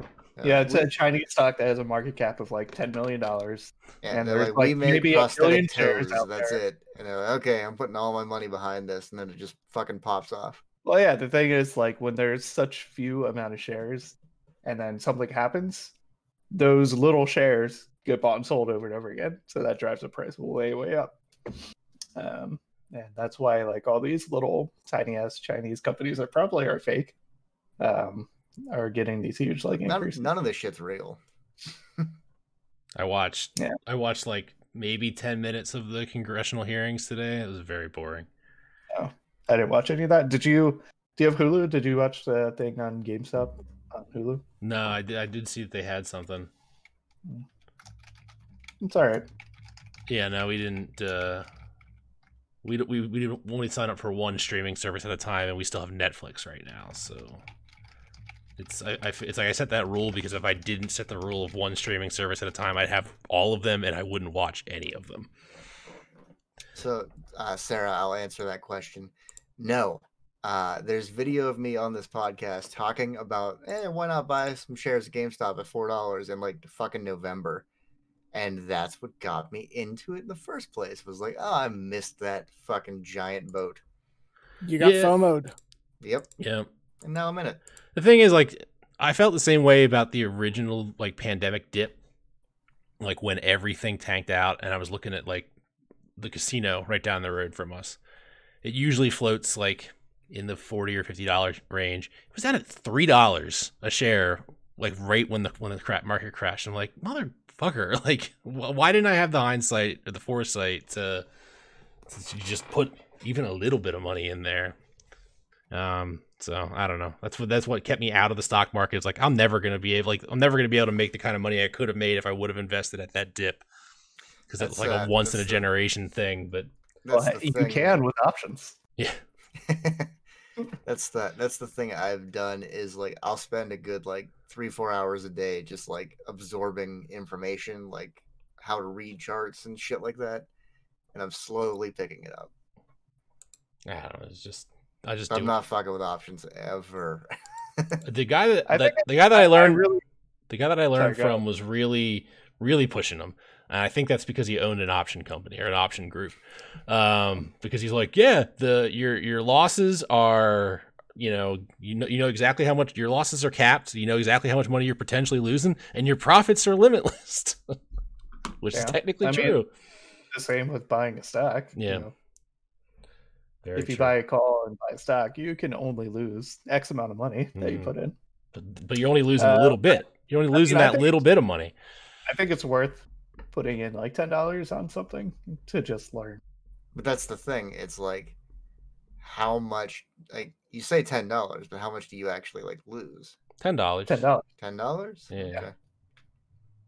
B: uh,
A: Yeah, it's
B: we-
A: a Chinese stock that has a market cap of like ten million dollars.
B: yeah,
A: and
B: they're
A: there's,
B: like, we
A: like,
B: made
A: maybe a billion
B: prosthetic
A: shares
B: toes,
A: out
B: that's
A: there.
B: it. And they're like, okay, I'm putting all my money behind this and then it just fucking pops off.
A: Well, yeah, the thing is, like, when there's such few amount of shares, and then something happens, those little shares get bought and sold over and over again. So that drives the price way, way up. Um, and that's why, like, all these little tiny ass Chinese companies that probably are fake, um, are getting these huge like
B: None,
A: increases.
B: none of this shit's real.
C: I watched.
A: Yeah.
C: I watched like maybe ten minutes of the congressional hearings today. It was very boring.
A: I didn't watch any of that. Did you? Do you have Hulu? Did you watch the thing on GameStop on Hulu?
C: No, I did. I did see that they had something.
A: It's all right.
C: Yeah, no, we didn't. Uh, we d- we we didn't- only sign up for one streaming service at a time, and we still have Netflix right now. So it's I, I f- it's like I set that rule because if I didn't set the rule of one streaming service at a time, I'd have all of them, and I wouldn't watch any of them.
B: So, uh, Sarah, I'll answer that question. No, uh, there's video of me on this podcast talking about, eh, why not buy some shares of GameStop at four dollars in like fucking November, and that's what got me into it in the first place. Was like, oh, I missed that fucking giant boat.
D: You got
C: Yeah.
D: FOMO'd.
B: Yep,
C: Yeah.
B: and now I'm in it.
C: The thing is, like, I felt the same way about the original like pandemic dip, like when everything tanked out, and I was looking at like the casino right down the road from us. It usually floats like in the forty or fifty dollars range. It was down at three dollars a share like right when the when the crap market crashed. I'm like, motherfucker, like wh- why didn't I have the hindsight or the foresight to, to just put even a little bit of money in there? Um, so I don't know. That's what that's what kept me out of the stock market. It's like I'm never gonna be able, like I'm never gonna be able to make the kind of money I could have made if I would have invested at that dip, because
B: That's,
C: it's like
B: uh,
C: a once in a
B: that's the-
C: generation thing. But
A: Well,
B: That's the
A: you
B: thing.
A: can with options.
C: yeah,
B: that's the that's the thing I've done is like I'll spend a good like three four hours a day just like absorbing information like how to read charts and shit like that, and I'm slowly picking it up.
C: I don't know. It's just I just do
B: I'm not fucking with options ever.
C: the guy that,
A: I
C: that
A: think
C: the guy that I learned
A: really
C: the guy that I learned
A: Sorry, go
C: from was really really pushing him. And I think that's because he owned an option company or an option group. Um, because he's like, yeah, the your your losses are you know you know you know exactly how much your losses are capped. You know exactly how much money you're potentially losing, and your profits are limitless, which
A: Yeah.
C: is technically
A: I mean,
C: true.
A: the same with buying a stock. you
C: Yeah.
A: know.
C: Very
A: If you
C: true.
A: buy a call and buy a stock, you can only lose X amount of money that you
C: Mhm.
A: put in.
C: but, but you're only losing a
A: Uh,
C: little bit. You're only losing
A: I
C: that
A: think-
C: little bit of money.
A: I think it's worth putting in like ten dollars on something to just learn.
B: But that's the thing. It's like how much like you say ten dollars, but how much do you actually like lose?
C: Ten dollars.
A: Ten dollars
B: Ten dollars?
C: Yeah.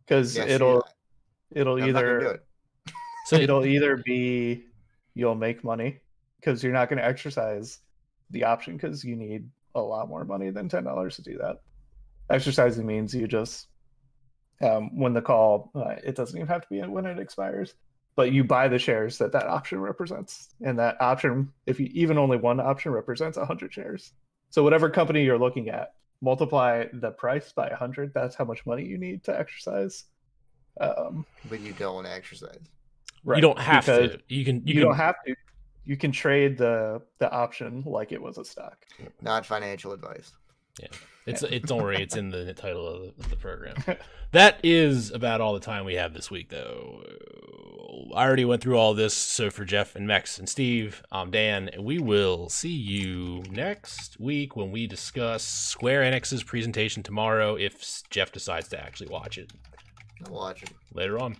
A: because it'll it'll
B: do
A: either
B: it.
C: So
A: it'll either be you'll make money because you're not going to exercise the option because you need a lot more money than ten dollars to do that. Exercising means you just um, when the call uh, it doesn't even have to be when it expires, but you buy the shares that that option represents, and that option if you even only one option represents hundred shares. So whatever company you're looking at, multiply the price by hundred. That's how much money you need to exercise. Um,
B: But you don't want to exercise.
C: you don't have
A: because-
C: to. You can.
A: you,
C: You, can,
A: don't have to. You can trade the the option like it was a stock.
B: Not financial advice.
C: It's it's don't worry, it's in the title of the, of the program. That is about all the time we have this week, though. I already went through all this, so for Jeff and Mex and Steve, I'm Dan. and We will see you next week when we discuss Square Enix's presentation tomorrow. If Jeff decides to actually watch it
B: I'm watching.
C: later on.